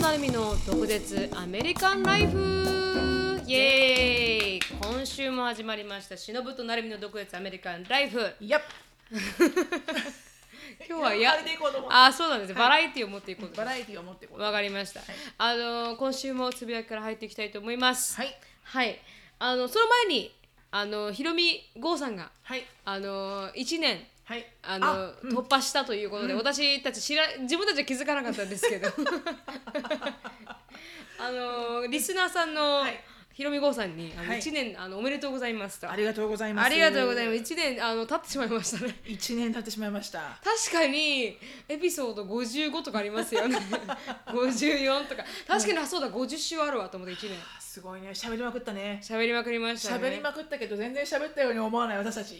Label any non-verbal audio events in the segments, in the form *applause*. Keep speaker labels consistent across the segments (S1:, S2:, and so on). S1: なるみの独舌アメリカンライフイエーイ今週も始まりましたしのぶとなるみの独舌アメリカンライフ
S2: やっ
S1: 今日はや
S2: でいこうと思って
S1: あそうなんです、バラエティを持っていこうと
S2: バラエティを持っていこうと
S1: わかりました、あのー今週もつぶやきから入っていきたいと思います
S2: はい
S1: はいあのその前にあのひろみ剛さんが
S2: はい
S1: あのー一年
S2: はい
S1: あの突破したということで、私たち知ら自分たちは気づかなかったんですけど *laughs* あのリスナーさんの、
S2: はい
S1: ひろみごうさんにあの
S2: はい
S1: 1年あのおめでとうございますと
S2: ありがとうございます
S1: ありがとうございますす1年あの経ってしまいましたね *laughs*
S2: 一年経ってしまいました
S1: 確かにエピソード55とかありますよね *laughs* 54とか確かに、あそうだ50週あるわと思って1年
S2: あすごいね喋りまくったね
S1: 喋りまくりましたね
S2: 喋りまくったけど全然喋ったように思わない私た
S1: *laughs*
S2: ち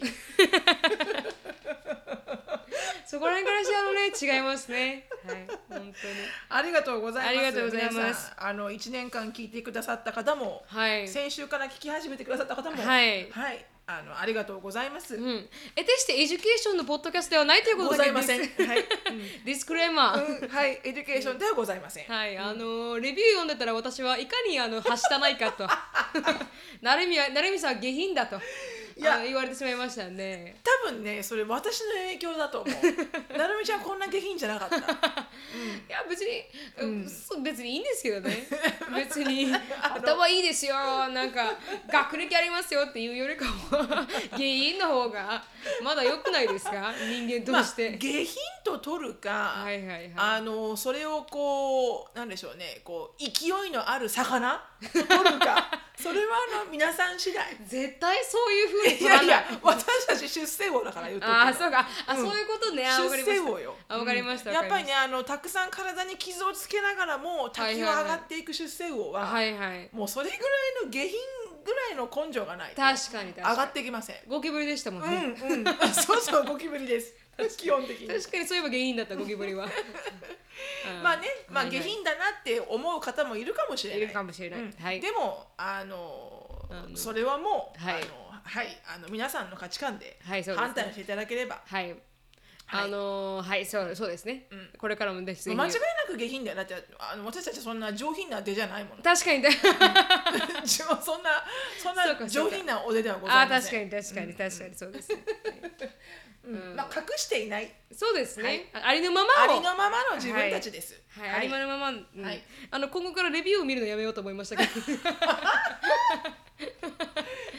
S1: そこら辺からしてあのね違いますねはい本
S2: ありがとうござい
S1: あり
S2: ます
S1: がとうございます
S2: 皆さんあの一年間聞いてくださった方も
S1: 当にはい
S2: 先週から聞き始めてくださった方も
S1: はい
S2: はいあのありがとうございます
S1: うん、えてしてエデュケーションのポッドキャストではないということ
S2: ご
S1: だ
S2: ざ
S1: け
S2: いません
S1: デ
S2: は
S1: ィ *laughs*
S2: い
S1: スディスクレーマー、
S2: うんはいエデュケーションではございません
S1: はいあのーレビュー読んでたら私はいかにあのはしたないかと *laughs* なるみはなるみさんは下品だと
S2: いや
S1: あの言われてしまいましたね
S2: 多分ねそれ私の影響だと思
S1: *laughs*
S2: うなるみちゃんこんな下品じゃなかった
S1: いや別に、うん、そう別にいいんですけどね *laughs* 別に頭いいですよなんか学歴ありますよっていうよりかは下品の方がまだ良くないですか人間
S2: ま
S1: と
S2: あ、
S1: して、
S2: 下品と取るか、
S1: はいはいはい
S2: あのそれをこうなんでしょうねこう勢いのある魚と取るか
S1: *laughs*
S2: それはあの皆さん次第
S1: 絶対そういう風に
S2: い
S1: 取ら
S2: や
S1: ない
S2: いや私たち出世魚だから言うとくけど
S1: ああそうかあ、
S2: うん
S1: そういうことねあわかり
S2: 出
S1: まし
S2: 世
S1: た
S2: 魚よ
S1: あわかりました、
S2: うん
S1: わ
S2: や
S1: か
S2: っ
S1: りまし
S2: ぱりねあのたくさん体に傷をつけながらも滝を上がっていく出世魚
S1: た
S2: は,、
S1: はいはい
S2: もうそれぐらいの下品ぐらいの根性がないと
S1: 確かに確
S2: 上が
S1: か
S2: っていきません
S1: にゴキブリでしたもん
S2: う
S1: ね、
S2: ん
S1: *laughs*
S2: うんそうそうゴキブリです基本的に
S1: 確かにそういえば原因だったゴキブリ
S2: *laughs*
S1: は
S2: まあね、まあ、
S1: はいは
S2: 下
S1: い
S2: 品だなって思う方もいるかもしれない
S1: い。るかもしれない、
S2: うん
S1: はい
S2: でもあの
S1: あの
S2: それはもう、
S1: はい
S2: あのはい、あの皆さんの価値観で
S1: はいそうですね
S2: 判断していただければ、
S1: はい
S2: はい
S1: あのー、はいそうそうですね、
S2: ん
S1: これからもぜひぜひ
S2: 間違いなく下品だよだってあの私たちそんな上品な出じゃない
S1: *laughs*
S2: もの
S1: 確かに
S2: そんな
S1: そ
S2: そん
S1: うか
S2: な
S1: そう
S2: 上
S1: か
S2: 品なお出ではござ
S1: あ
S2: い
S1: ー
S2: ま
S1: 確
S2: せ
S1: か
S2: ん
S1: に確かに確かにそうですね、
S2: うんまあ、隠していない
S1: そうですね、
S2: はい
S1: あありのまま
S2: あ
S1: を
S2: りのままの自分たちです、
S1: はい、ありのまま、うん
S2: はい
S1: あの今後からレビューを見るのやめようと思いました
S2: *laughs*
S1: けど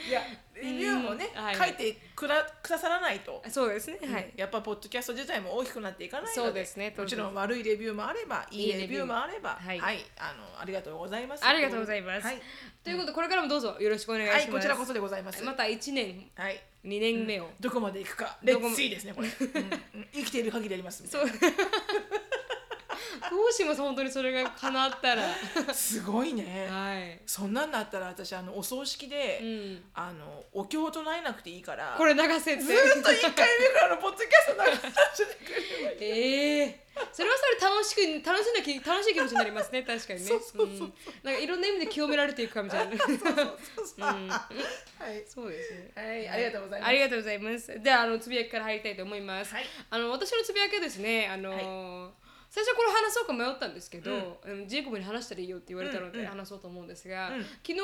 S2: いやレビューもね、
S1: うんはい
S2: 書いてくらくださらないと
S1: そうですねはい、
S2: やっぱポッドキャスト自体も大きくなっていかないので
S1: そうですね
S2: もちろん悪いレビューもあればい
S1: い
S2: い
S1: いレビュー
S2: レビューもあれば
S1: は
S2: はいい、あのありがとうございます
S1: ありがとうございます。
S2: はい、
S1: ということで、これからもどうぞよろしくお願いしま
S2: は
S1: す。
S2: いこちらこそでございます、
S1: また1年、
S2: はい
S1: 2年目を。
S2: どこまで行くかレ
S1: どこも
S2: ッツイで
S1: *laughs*
S2: すねこれ、うんうん生きている限りありますみたい
S1: そうどうします、本当にそれが叶った
S2: *laughs*
S1: ら。
S2: なすごいね
S1: はい。
S2: そんなんだったら私あのお葬式で、
S1: うん
S2: あのお経を唱えなくていいから
S1: これ流せって
S2: ず。ーっと一回目からのポッドキャスト流してくれればいい
S1: *laughs* ええそれはそれ楽しく楽しんだき楽しい気持ちになりますね確かにね
S2: *laughs* そうそうそう
S1: うん、なんかいろんな意味で清められていくかみ
S2: *laughs*
S1: たいなうん
S2: はい、
S1: そうですね
S2: はい、ありがとうございます
S1: ありがとうございます。ではあのつぶやきから入りたいと思います。
S2: はい
S1: あの私のつぶやきはですね、あのー最初これ話そうか迷ったんですけど、うんジェイコブに話したらいいよって言われたの
S2: うん
S1: で
S2: うん
S1: 話そうと思うんですが、
S2: うん
S1: 昨日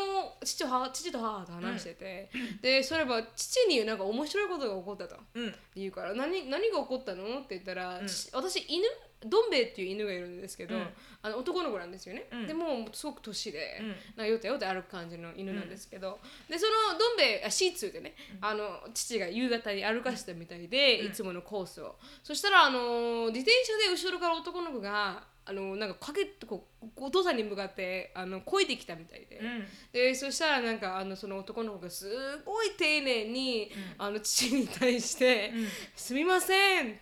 S1: 父と母父と母と話してて、でそういえば父になんか面白いことが起こったと
S2: うん
S1: 言うから何何が起こったのって言ったら、
S2: うん
S1: し私犬どん兵衛っていう犬がいるんですけど、
S2: うん
S1: あの男の子なんですよね、
S2: うん
S1: でもうすごく年で、
S2: うん
S1: なんかよてよて歩く感じの犬なんですけど、でそのどん兵衛あシーツーでね、あの父が夕方に歩かせたみたいで、いつものコースをそしたらあのー自転車で後ろから男の子があのなんかかけこうお父さんに向かってあの漕いできたみたいで。
S2: うん
S1: でそしたらなんかあのその男の子がすごい丁寧に、あの父に対して「
S2: うん
S1: すみません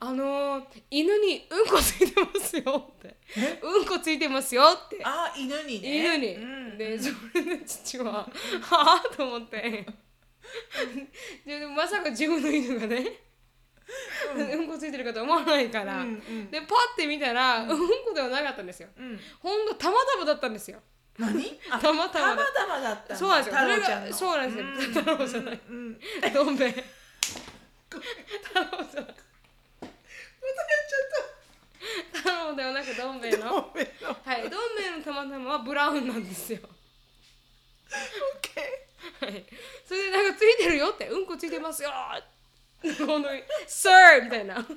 S1: あの犬にうんこついてますよ」って「うんこついてますよ」って
S2: あー犬にね
S1: 犬に、
S2: うん、
S1: でそれで父は *laughs* 「はあ?」と思ってででもまさか自分の犬がねうん、こついてるかと思わないから、
S2: うんうん
S1: でパッて見たら、うん、こではなかったんですよ
S2: うん、
S1: ほんとたまたまだったんですよ
S2: 何あ
S1: たまたま
S2: たまたまだったんだ
S1: そうなんですよ
S2: 太郎ちゃん
S1: それが
S2: の
S1: そうなんですよ太郎じゃない
S2: うんうん
S1: どん兵衛太郎じゃなく
S2: ま
S1: 太郎ではなくどん兵衛の
S2: たやっちゃったごめんな
S1: ははいどん兵衛のたまたまはブラウンなんですよはいそれでなんかついてるよってうんこついてますよ本当に「Sir」みたいな「い
S2: OK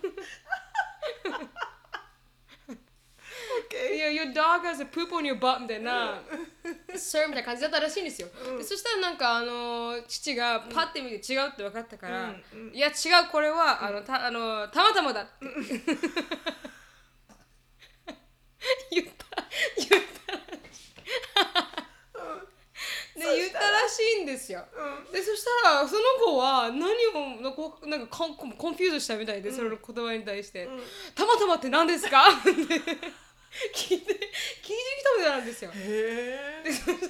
S1: や Your dog has a poop on your butt」みたいな「Sir」みたいな感じだったらしいんですよ、でそしたらなんかあのー父がパッて見て違うって分かったから「
S2: うん
S1: いや違うこれはあのたあのたまたまだ」って言った言ったらしいで言ったらしいんですよでそしたらその子は何をのこなんかコンコンコンフューズしたみたいで、それの言葉に対して「
S2: ん
S1: たまたまって何ですか?」って聞いて聞いてきたみたいなんですよ。
S2: へ
S1: *laughs*
S2: え
S1: そし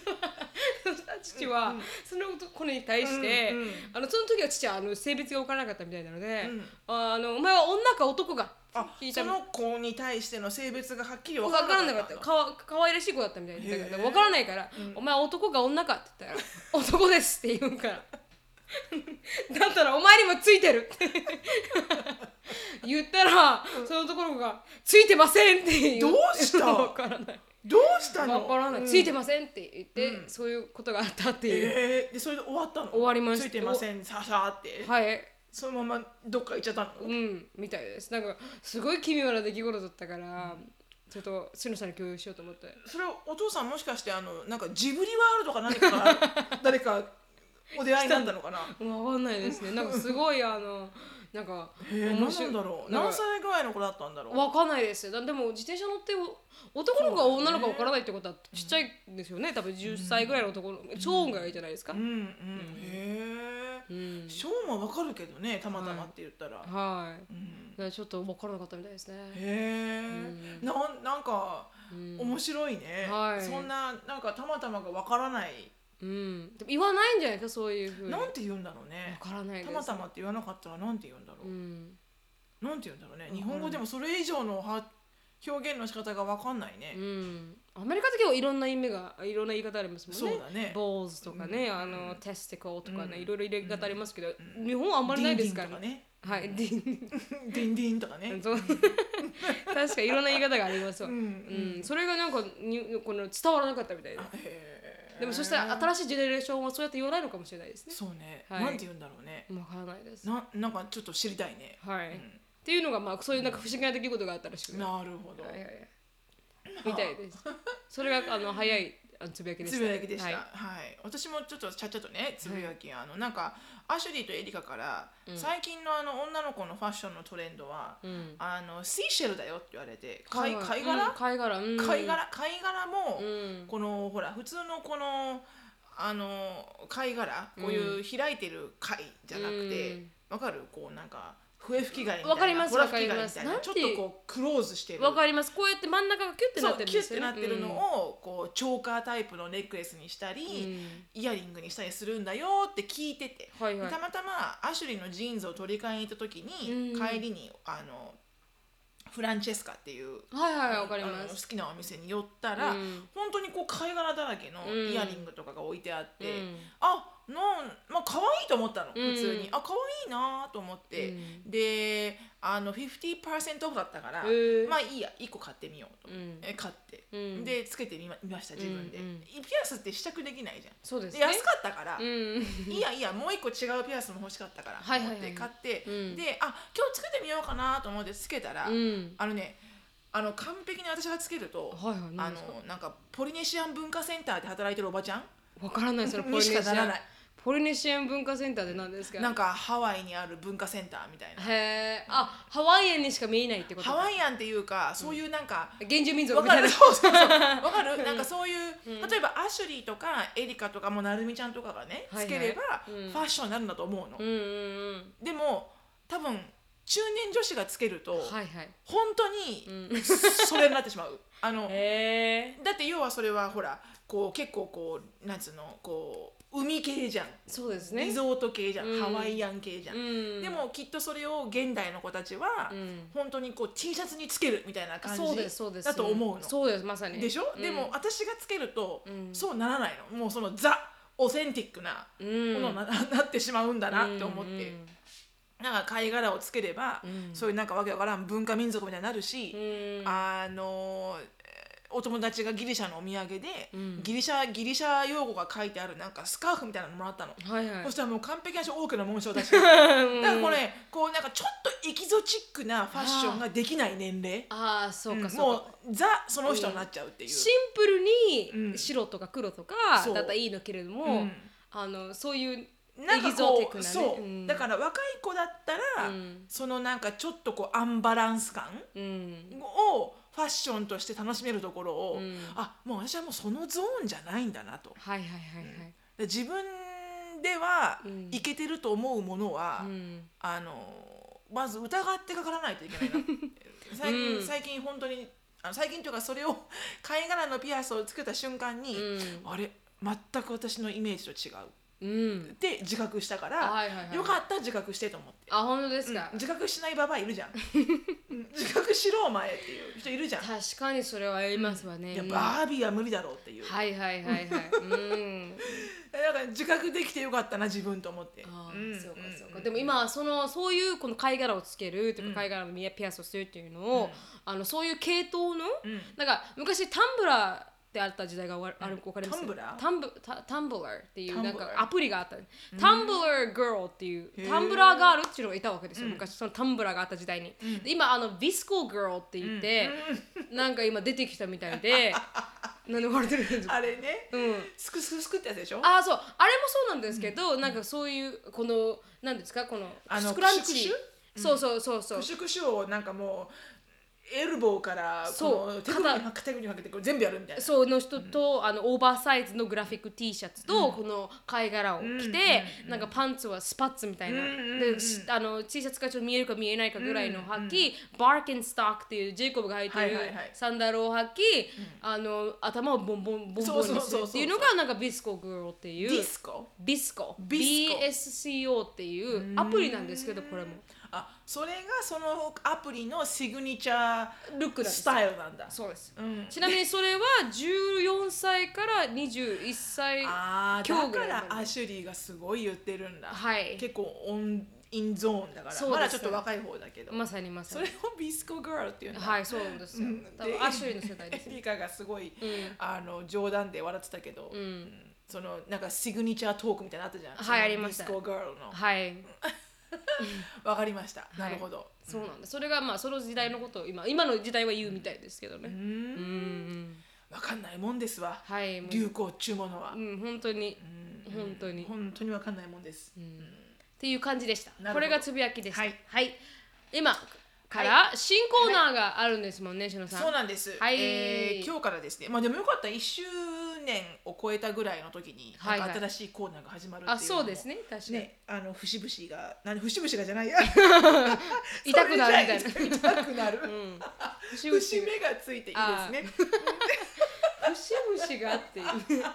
S1: たら父は、その子に対して、
S2: うんうん
S1: あのその時は父はあの性別が分からなかったみたいなので「
S2: うん
S1: ああのお前は女か男か」
S2: あ
S1: って聞いた
S2: そ
S1: みたい
S2: の子に対しての性別がはっきり
S1: 分
S2: 分
S1: からなか
S2: か
S1: った
S2: た
S1: かわかわいらしい子だったみたいでだから
S2: へえ
S1: 分からないから「お前男か女か」って言ったら「男です」って言うから *laughs* だったら「お前にもついてる」 *laughs* って言ったらそのところが「ついてません」って言
S2: どうした
S1: 分からない
S2: どうしたの
S1: 分からない、
S2: うん
S1: ついてませんって言って、
S2: うん
S1: そういうことがあったっていう、
S2: えー、でそれで終わったの
S1: 終わりました
S2: ついてませんさあさあって、
S1: はい
S2: そのままどっか行っちゃったの、
S1: うんみたいですなんかすごい奇妙な出来事だったから、ちょっとしのさんに共有しようと思って
S2: それお父さんもしかしてあのなんかジブリワールドか何かが誰かお出会いになったの *laughs* かな
S1: 分かんないです
S2: *laughs*
S1: ねなんかすごいあのなんか
S2: えー、
S1: 面
S2: 何
S1: 白
S2: ないんだろう
S1: なんか
S2: 何歳ぐらいの子だったんだろう
S1: わかんないですだでも自転車乗ってお男の子が女の子がわからないってことはちっちゃいんですよね多分10歳ぐらいの男の超音がいいじゃないですか
S2: うんうん、へ
S1: う
S2: え
S1: ん
S2: ショーもわかるけどねたまたまって言ったら、
S1: はい
S2: うん、
S1: だからちょっとわからなかったみたいですね
S2: へえ、なん、なんか
S1: うん
S2: 面白いね、
S1: はい
S2: そんななんかたまたまがわからない、
S1: うんでも言わないんじゃないですかそういうふうにわ
S2: なんて言うんだろうね
S1: からないです
S2: たまたまって言わなかったらなんて言うんだろう
S1: う、ん
S2: なんて言うんだろうね
S1: うん
S2: 日本語でもそれ以上のは表現の仕方がわかんないね、
S1: うんアメリカって結構いろんな意味がいろんな言い方ありますもんね
S2: そうだね
S1: ボーズとかね、
S2: うん
S1: あのテスティコとかね、
S2: うん
S1: いろいろ入れ方ありますけど、
S2: うん
S1: 日本はあんまりないですからね。
S2: ね
S1: はい、ディン
S2: ディンディンとかね
S1: *laughs* そう確かいろんな言い方がありますわ、
S2: う
S1: うんん
S2: うん
S1: それがなんかにこの伝わらなかったみたいで
S2: あへー
S1: でもそしたら新しいジェネレーションはそうやって言わないのかもしれないですね
S2: そうね、
S1: はい
S2: なんて言うんだろうね
S1: わからないです
S2: ななんかちょっと知りたいね、
S1: はい、
S2: う
S1: っ
S2: ん
S1: ていうのがまあそういうなんか不思議な出来事があったらしくて、は
S2: なるほど、
S1: いはいはい、みたいですそれがあの早いあのつぶやきでした
S2: つぶやきでした、
S1: は
S2: はいい、私もちょっとちゃっちゃとねつぶやき、あのなんかアシュリーとエリカから、
S1: うん
S2: 最近のあの女の子のファッションのトレンドは、
S1: うん、
S2: あのシーシェルだよって言われて貝
S1: はい
S2: 貝殻、
S1: うん貝殻、うん、
S2: 貝殻貝殻も、
S1: うん
S2: このほら普通のこのあの貝殻こういう開いてる貝じゃなくて、
S1: うん
S2: わかるこうなんか笛吹き貝みたいな
S1: わかります
S2: ほら吹き貝みたい
S1: わかり
S2: な
S1: ます
S2: ちょ
S1: なん
S2: ってとこうクローズしてる
S1: わかりますこうやって真ん中がキュッてな
S2: そ
S1: っ
S2: う
S1: てるん
S2: キ
S1: で
S2: ュッ
S1: す
S2: て
S1: よ
S2: なっ
S1: ね
S2: てるのを、こうチョーカータイプのネックレスにしたり、イヤリングにしたりするんだよって聞いてて、
S1: うんはいはい
S2: たまたまアシュリーのジーンズを取り替えに行った時に、
S1: うん
S2: 帰りにあのフランチェスカっていう
S1: はいはいはい
S2: あ
S1: わかり
S2: の
S1: ま
S2: 好
S1: す
S2: きなお店に寄ったら、
S1: うん
S2: 本当にこう貝殻だらけの
S1: うん
S2: イヤリングとかが置いてあって、
S1: うん
S2: あなんまあ可愛いと思ったの、
S1: うん
S2: 普通にあ可愛いなと思って、
S1: うん
S2: であの50%オフだったから、
S1: へー
S2: まあいいや1個買ってみようと、
S1: うん
S2: え買って、
S1: うん
S2: でつけてみま見ました自分で、
S1: うんうん
S2: ピアスって試着できないじゃん
S1: そうです
S2: で
S1: ね
S2: 安かったから、
S1: うん
S2: いやいやもう一個違うピアスも欲しかったから
S1: はいはい
S2: 思
S1: はい
S2: って買って、
S1: うん
S2: であ今日つけてみようかなと思ってつけたら、
S1: うん
S2: あのねあの完璧に私がつけると、
S1: はいはい
S2: あ
S1: 何ですか
S2: のなんかポリネシアン文化センターで働いてるおばちゃん
S1: わからないそのポリネ
S2: にし
S1: シ
S2: かな
S1: ア
S2: ら
S1: ン
S2: ない
S1: ポリネシアン文化センターで何ですか
S2: なんかハワイにある文化センターみたいな
S1: へえあハワイアンにしか見えないってこと
S2: ハワイアンっていうかそういうなんか、
S1: 原住民族
S2: わ
S1: み
S2: か
S1: たい
S2: る
S1: な
S2: そうそうそうわかるなんかそういう、例えばアシュリーとかエリカとかもなるみちゃんとかがね
S1: はいはい
S2: つければフ
S1: うん
S2: ァッションになるんだと思うの、
S1: うんうんうん
S2: でも多分中年女子がつけると、
S1: はいはい
S2: 本当にそれになってし
S1: *laughs*
S2: まうあの
S1: へえ
S2: だって要はそれはほらこう結構こうなんつうのこう海系じゃん
S1: そうですね
S2: リゾート系じゃん、
S1: うん
S2: ハワイアン系じゃん、
S1: うん
S2: でもきっとそれを現代の子たちは、
S1: うん
S2: 本当にこう T シャツにつけるみたいな感じ
S1: そうですそうです
S2: だと思うの
S1: そうですまさに
S2: でしょ、
S1: うん
S2: でも私がつけると、
S1: うん
S2: そうならないのもうそのザオセンティックな
S1: う
S2: も
S1: ん
S2: のにな,、 *laughs* なってしまうんだなって思って、
S1: うん
S2: なんか貝殻をつければ、
S1: うん
S2: そういうなんかわけわからん文化民族みたいになるし、
S1: うんうん
S2: あのお友達がギリシャのお土産で、
S1: うん
S2: ギリシャギリシャ用語が書いてあるなんかスカーフみたいなのもらったの、
S1: はいはい
S2: そしたらもう完璧な人多くの紋章だしだからこれ、こうなんかちょっとエキゾチックなファッションができない年齢
S1: ああそうか
S2: うん
S1: そうか、
S2: もうザその人になっちゃうっていう、
S1: シンプル
S2: うん
S1: に白とか黒とか
S2: そう
S1: だったらいいのけれども、あのそういう
S2: うんなんかこう、
S1: エキゾチックなね
S2: そう、
S1: うん
S2: だから若い子だったら、
S1: うん
S2: そのなんかちょっとこうアンバランス感
S1: うん
S2: をファッションとして楽しめるところを、
S1: うん
S2: あもう私はもうそのゾーンじゃないんだなと
S1: はいはいは
S2: で自分では
S1: うん
S2: いけてると思うものは、
S1: いはい、うん、
S2: あのまず疑ってかからないといけな
S1: *laughs*
S2: いな最近、
S1: うん
S2: 最近本当にあの最近というかそれを *laughs* 貝殻のピアスをつけた瞬間に、
S1: う
S2: あれ全く私のイメージと違う
S1: うんうん
S2: って自覚したから、
S1: はいはいはい
S2: よかった自覚してと思って、
S1: あ本当です
S2: うん
S1: か、
S2: 自覚しないババアい
S1: *laughs*
S2: るじゃんうん自覚しろお前っていう人いるじゃん
S1: 確かにそれはありますわね、
S2: いや
S1: うん
S2: バービーは無理だろうっていう、
S1: はいはい
S2: *laughs*
S1: はいはいうん
S2: だから自覚できてよかったな自分と思って
S1: あ
S2: ん
S1: ーそうかそうか
S2: ん
S1: でも今そのそういうこの貝殻をつけると
S2: うん
S1: か貝殻のピアスをするっていうのを、
S2: うん
S1: あのそういう系統の、
S2: うん
S1: なんか昔タンブラーってあった時代がわあるわかります
S2: タンブラー
S1: タンブタタンブラーっていう
S2: タンブ
S1: な
S2: ラ
S1: ん
S2: ー
S1: かアプリがあったタンブラーガールっていう
S2: へー
S1: タンブラーガールっていうのがいたわけですよ、
S2: うん
S1: 昔そのタンブラーがあった時代に、
S2: ん
S1: で今あのビスコガールって言って、なんか今出てきたみたい
S2: *laughs*
S1: で何で笑ってるんですか
S2: あれね、
S1: うん
S2: すくすくすくってやつでしょ
S1: あーそうあれもそうなんですけど、なんかそういうこの何ですかこの
S2: あの
S1: スクランチ
S2: クシュクシュ
S1: そうそうそうそう
S2: クシュクシュをなんかもうエルボーから
S1: そう
S2: この手首にか手首にかけてこう全部やるみたいな
S1: そうの人と、あのオーバーサイズのグラフィック T シャツと、この貝殻を着て、
S2: うんうん
S1: なんかパンツはスパッツみたいな、
S2: うんうんうん
S1: でしあの T シャツがちょっと見えるか見えないかぐらいのを履き、バーキンスタックっていうジェイコブが履いてる
S2: はいはいはい
S1: サンダルを履き、あの頭をボンボンボンボンにするっていうの
S2: そうそうそう
S1: がなんかビスコグローってい
S2: デ
S1: う
S2: ィスコ
S1: ビスコ
S2: ビ
S1: BSCO っていうアプリなんですけどこれも
S2: あそれがそのアプリのシグニチャ
S1: ルックなんで
S2: ー
S1: す
S2: スタイルなんだ
S1: そうです
S2: うん
S1: ちなみにそれは14歳から21歳
S2: あー
S1: 今日
S2: だ
S1: ぐ
S2: から
S1: いまで
S2: らアシュリーがすごい言ってるんだ、
S1: はい
S2: 結構オンインゾーンだか
S1: そうで
S2: ら
S1: すよ
S2: まだちょっと若い方だけど、
S1: まさにまさ
S2: そ
S1: に
S2: れをビスコガールっていうんだ
S1: はい、そうなんですよ
S2: うん。
S1: 多分
S2: で
S1: アシュリーの世代です
S2: エ
S1: ね。
S2: リカがすごい、
S1: ん
S2: あの冗談で笑ってたけど、
S1: うん、
S2: そのなんかシグニチャートークみたいなのあったじゃん。
S1: はい
S2: その
S1: ありました
S2: ディスコガール
S1: *laughs*
S2: の。
S1: はい、
S2: わかりました。
S1: い
S2: なるほど。
S1: そうなんです。それがまあその時代のことを今今の時代は言うみたいですけどね。
S2: う。
S1: うんん、
S2: わかんないもんですわ。
S1: はい、もう
S2: 流行っちゅうものは
S1: う。ん本当に
S2: うん
S1: 本当に、
S2: 本当にわかんないもんです。
S1: うんっていう感じでした
S2: なる。ほど
S1: これがつぶやきでした。は
S2: はいい、
S1: 今から新コーナーがあるんですもんね、しのさん。
S2: そうなんです。
S1: はい
S2: えー今日からですね。まあでもよかった。一周年を超えたぐらいの時に、
S1: はいはい
S2: なんか新しいコーナーが始まるっていうの
S1: あ、
S2: も
S1: そうです。ね、確かに。
S2: ね、あの節々が、なん節々がじゃないや。
S1: 痛くなるみたいな。
S2: それじ *laughs* ゃ痛くなる。
S1: うん、節々
S2: 節目がついていいですね。
S1: 節々があっていう。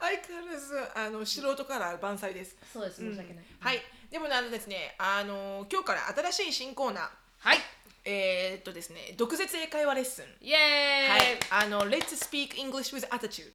S2: 相変わらずあの素人から万歳です。
S1: そうです、申し訳ない。
S2: はい。でもねあのですね、あの今日から新しい新コーナー、
S1: はい、
S2: えー、っとですね、毒舌英会話レッスン。
S1: イエーイ。
S2: はい。あの Let's speak English with attitude。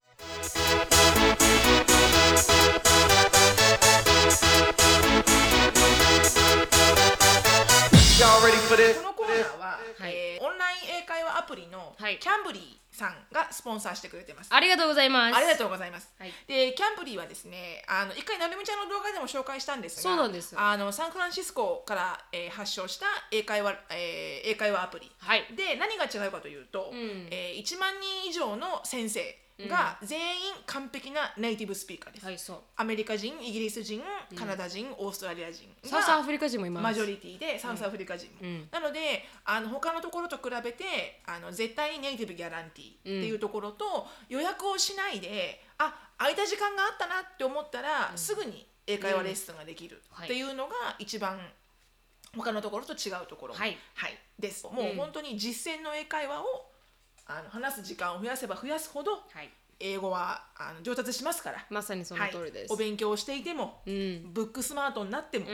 S3: Y'all ready for this?
S2: このコーナーは、
S1: はい
S2: えーオンライン英会話アプリのキ
S1: は
S2: ャ
S1: い
S2: ンブリーさんがスポンサーしてくれてます。
S1: ありがとうございます。
S2: ありがとうございます。
S1: はい
S2: で、キャンプリーはですね、あの一回なるみちゃんの動画でも紹介したんですが、
S1: そうなんです
S2: あのサンフランシスコから、えー発祥した英会話、えー英会話アプリ。
S1: はい。
S2: で、何が違うかというと、
S1: ん
S2: えー1万人以上の先生が全員完璧なネイティブスピーカーです。
S1: はい、そう。
S2: アメリカ人、イギリス人、カナダ人、オーストラリア人
S1: サウスア
S2: が
S1: フリカ人もいます。
S2: マジョリティでサウスアフリカ人も、
S1: うん
S2: なのであの他のところと比べてあの絶対にネイティブギャランティーっていうところと、予約をしないであ空いた時間があったなって思ったら、すぐに英会話レッスンができる
S1: はい
S2: っていうのが一番他のところと違うところ、
S1: はい
S2: です。も
S1: うん
S2: う本当に実践の英会話をあの話す時間を増やせば増やすほど
S1: はい。
S2: 英語はあの上達しますから。
S1: まさにその通りです。
S2: はい、お勉強をしていても、
S1: ん
S2: ブックスマートになっても
S1: ん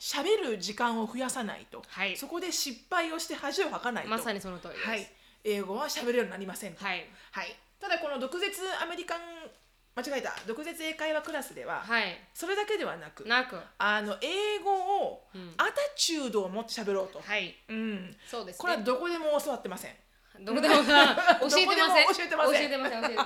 S2: 喋、る時間を増やさないと、
S1: はい
S2: そこで失敗をして恥をかかないと
S1: まさにその通りです。
S2: はい、英語は喋れるようになりませんと、
S1: はい。
S2: はいただこの毒舌アメリカン間違えた毒舌英会話クラスでは、
S1: はい。
S2: それだけではなく
S1: なく。
S2: あの英語を、アタチュードを持って喋ろうと、
S1: はい。
S2: うん
S1: そうですね。
S2: これはどこでも教わってません
S1: どこでもさ *laughs* 教えてま
S2: どこでも
S1: せん
S2: 教えてません
S1: 教えてません教えてません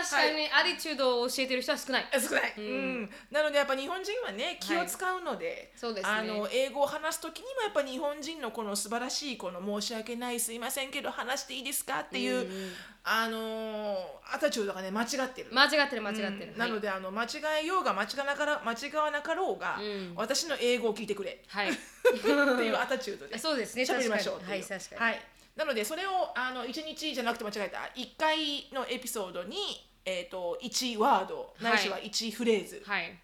S1: 確かにアティチュードを教えてる人は少ない
S2: 少ない、うんなのでやっぱ日本人はね気を使うので,、
S1: そうですね
S2: あの英語を話す時にもやっぱ日本人のこの素晴らしいこの申し訳ないすいませんけど話していいですかっていう、あのーアタチュードがね間違ってる。
S1: 間違ってる間違ってる、
S2: うんなので、あの間違えようが間違えなから間違わなかろうが、
S1: うん
S2: 私の英語を聞いて
S1: *laughs*
S2: くれ
S1: はい、はい
S2: っていうアタチュードで
S1: *laughs* そうですね
S2: 喋りましょうっていう
S1: はい確かに
S2: はいなのでそれをあの1日じゃなくて間違えた1回のエピソードに、えー、と1ワードないしは1フレーズ
S1: はい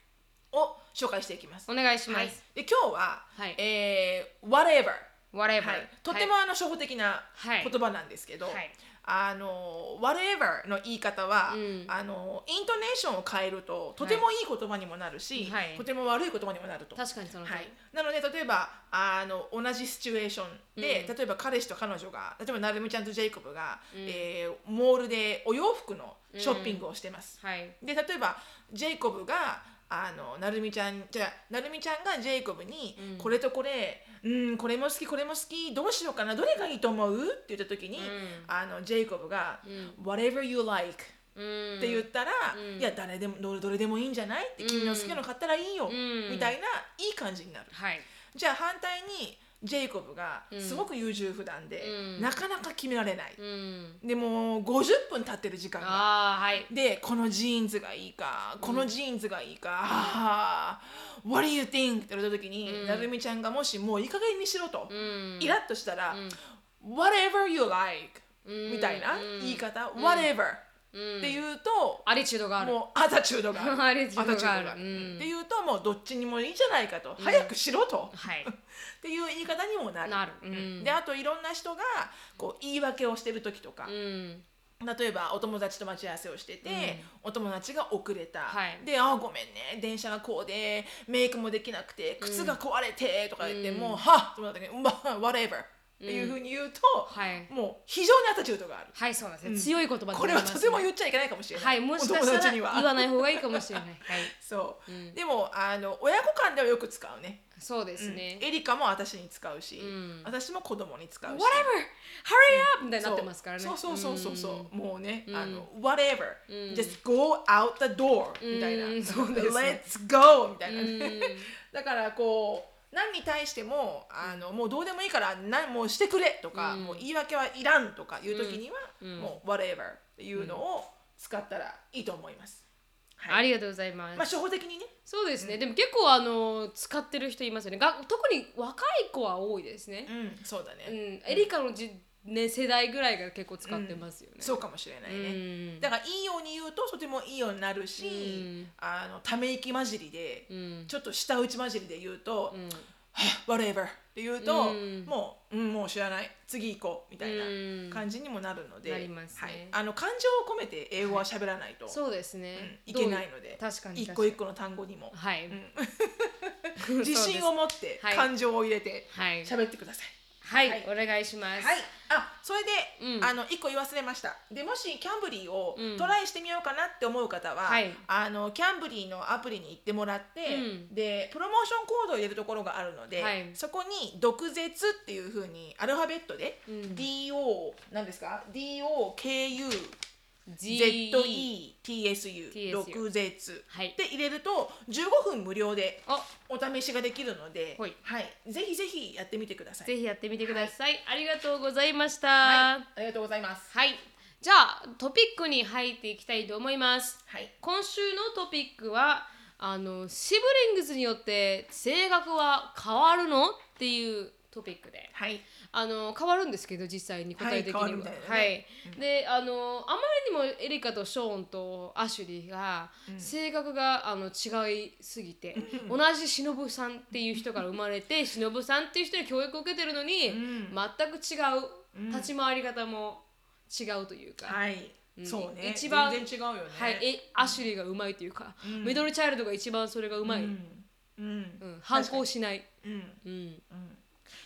S2: を紹介していきます。
S1: お願いします、
S2: はい、で今日は、
S1: はい
S2: えー whatever
S1: whatever、
S2: はい、とてもあの初歩的な
S1: はい
S2: 言葉なんですけど、
S1: はい
S2: あの whatever の言い方は、
S1: うん
S2: あのイントネーションを変えるととてもいい言葉にもなるし、
S1: はい
S2: とても悪い言葉にもなると。
S1: 確かにその通り
S2: はい、なので例えばあの同じシチュエーションで、例えば彼氏と彼女が例えばなるみちゃんとジェイコブが、えーモールでお洋服のショッピングをしてます。
S1: はい
S2: で例えばジェイコブがあのなるみちゃんじゃあなるみちゃんがジェイコブに、これとこれうんこれも好きこれも好きどうしようかなどれがいいと思うって言った時に、あのジェイコブが、whatever you like
S1: うん
S2: って言ったら、いや誰でもどれどれでもいいんじゃないって君の好きなの買ったらいいよ、
S1: ん
S2: みたいないい感じになる。
S1: はい
S2: じゃあ反対にジェイコブがすごく優柔不断で、
S1: うん
S2: なかなか決められない、
S1: うん
S2: でもう50分経ってる時間が
S1: ああはい
S2: でこのジーンズがいいかこのジーンズがいいか、あー What do you think? って言われた時に、なるみちゃんがもしもういい加減にしろと、
S1: うん
S2: イラッとしたら、Whatever you like、
S1: うん
S2: みたいな言い方、Whatever、
S1: うん
S2: っていうと、
S1: アリチュードがある
S2: もうアタチュードがあ
S1: ア
S2: る
S1: タチュー *laughs* ドがある
S2: アタチュード
S1: うん
S2: っていうともうどっちにもいいじゃないかと、早くしろと
S1: はい
S2: *laughs* っていう言い方にもなる。
S1: なるうん
S2: であといろんな人がこう言い訳をしてる時とか
S1: う、ん
S2: 例えばお友達と待ち合わせをしてて、お友達が遅れた、
S1: はい
S2: で「あーごめんね電車がこうでメイクもできなくて靴が壊れて」とか言って、もう「はっ!」と思った時に「まあ whatever」っていうふうに言うと、
S1: はい
S2: もう非常にアタチュードがある。
S1: はいそうなんですね強い言葉でご
S2: こ
S1: ざ
S2: れ
S1: いま
S2: は
S1: す
S2: とても言っちゃいけないかもしれない。
S1: はいもしか
S2: お友
S1: したら
S2: 達に
S1: 言
S2: は
S1: わない方がいいかもしれないはい
S2: そう、
S1: うん
S2: でもあの親子間ではよく使うね。
S1: そうですね
S2: エリカも私に使うし、
S1: ん
S2: 私も子供に使
S1: whatever
S2: う
S1: hurry
S2: し。
S1: up みたいになってますからね
S2: そうそうそうそう
S1: う
S2: そう、もうね、あの whatever、
S1: うん
S2: just go out the door みたいな、
S1: うんそうですね
S2: let's go みたいな、
S1: ん
S2: ね *laughs* だからこう何に対してもあのもうどうでもいいからなもうしてくれとか、
S1: うん
S2: もう言い訳はいらんとかいう時には、
S1: うん
S2: もう whatever っていうのを使ったらいいと思います。
S1: ありがとうございます
S2: まあ初歩的にね。
S1: そうですね、でも結構あの使ってる人いますよねが特に若い子は多いですね
S2: う、ん、そうだ
S1: うん
S2: ね。
S1: エリカのじ、ね、世代ぐらいが結構使ってますよね、
S2: そうかもしれないね。
S1: うん
S2: だからいいように言うととてもいいようになるし、
S1: うん
S2: あのため息混じりで、
S1: うん
S2: ちょっと舌打ち混じりで言うと「
S1: うん
S2: はっ whatever」って言うと、
S1: うん
S2: もう、うん、もう知らない次行こうみたい
S1: うん
S2: な感じにもなるので、
S1: なりますね
S2: はい、あの感情を込めて英語は喋らないと、
S1: そうです
S2: うん
S1: ね、
S2: い
S1: どう
S2: けないので
S1: 確かに
S2: 一個一
S1: 確か
S2: 個の単語にも
S1: にはい、 *laughs*
S2: うん自信を持って
S1: はい
S2: 感情を入れて
S1: はい、
S2: 喋ってください。
S1: はい
S2: はい
S1: お願いします、
S2: はい、あそれで、
S1: うん
S2: あの1個言い忘れましたでもしキャンブリーを
S1: うん
S2: トライしてみようかなって思う方は、
S1: はい
S2: あのキャンブリーのアプリに行ってもらって、
S1: うん
S2: でプロモーションコードを入れるところがあるので、
S1: はい
S2: そこに「毒舌」っていうふうにアルファベットで、
S1: うん
S2: DO なんですか DOKUZETSU
S1: G-
S2: 毒舌
S1: はい
S2: で入れると15分無料で
S1: あ
S2: お試しができるので、
S1: はい
S2: ぜひぜひやってみてください。
S1: ぜひやってみてください、ありがとうございました
S2: は
S1: はい
S2: い、ありがとうございます。
S1: じゃあトピックに入っていきたいと思います
S2: はい。
S1: 今週のトピックはあのシブリングスによって性格は変わるのっていうトピックで
S2: はい。
S1: あの変わるんですけど実際に答え的には
S2: はい変わるみたいだね
S1: はいであのあまりにもエリカとショーンとアシュリーが性格があの違いすぎて、同じ忍さんっていう人から生まれ
S2: *laughs*
S1: て忍さんっていう人に教育を受けてるのに、
S2: ん
S1: 全く違う立ち回り方も違うというか、
S2: はい。そうね。
S1: 一番
S2: 全然違うよね。
S1: はい、えアシュリーがうまいというか、ミドルチャイルドが一番それがうまい、う
S2: うんん。うん。
S1: 反抗しない、
S2: うん。
S1: うん、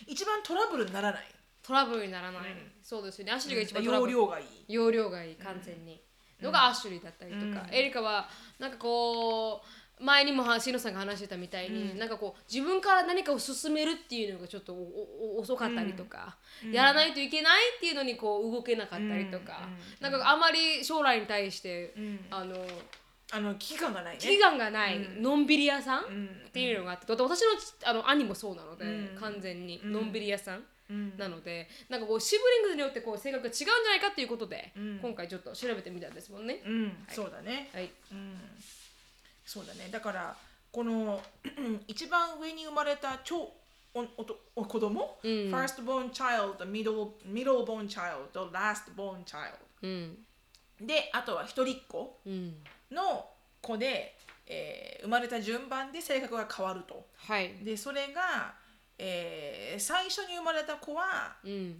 S2: 一番トラブルにならない。
S1: トラブルにならない、そうですよねアシュリーが一番トラブ
S2: 容
S1: ル
S2: 量がいい。
S1: 容量がいい完全に、のがアシュリーだったりとか、エリカはなんかこう前にもはしのさんが話してたみたいに、
S2: うん
S1: なんかこう自分から何かを進めるっていうのがちょっとおおお遅かったりとか、
S2: うん
S1: やらないといけないっていうのにこう動けなかったりとか、
S2: うんうん
S1: なんかあまり将来に対して、
S2: うん
S1: あの
S2: あの期間がないね
S1: 期間がない、
S2: うん
S1: のんびり屋さん、
S2: うん
S1: っていうのがあってだって私のちあの兄もそうなので、
S2: うん
S1: 完全に
S2: うん
S1: のんびり屋さん
S2: うん
S1: なので、なんかこうシブリングによってこう性格が違うんじゃないかということで、
S2: うん
S1: 今回ちょっと調べてみたんですもんね。
S2: うんそうだね
S1: はい、
S2: うんそうだねだからこの *clears throat* 一番上に生まれた超おおとお子供、
S1: うん
S2: first born child middle middle born child last born child
S1: うん
S2: であとは一人っ子
S1: うん
S2: の子で、えー生まれた順番で性格が変わると
S1: はい
S2: でそれが、えー最初に生まれた子は、
S1: うん、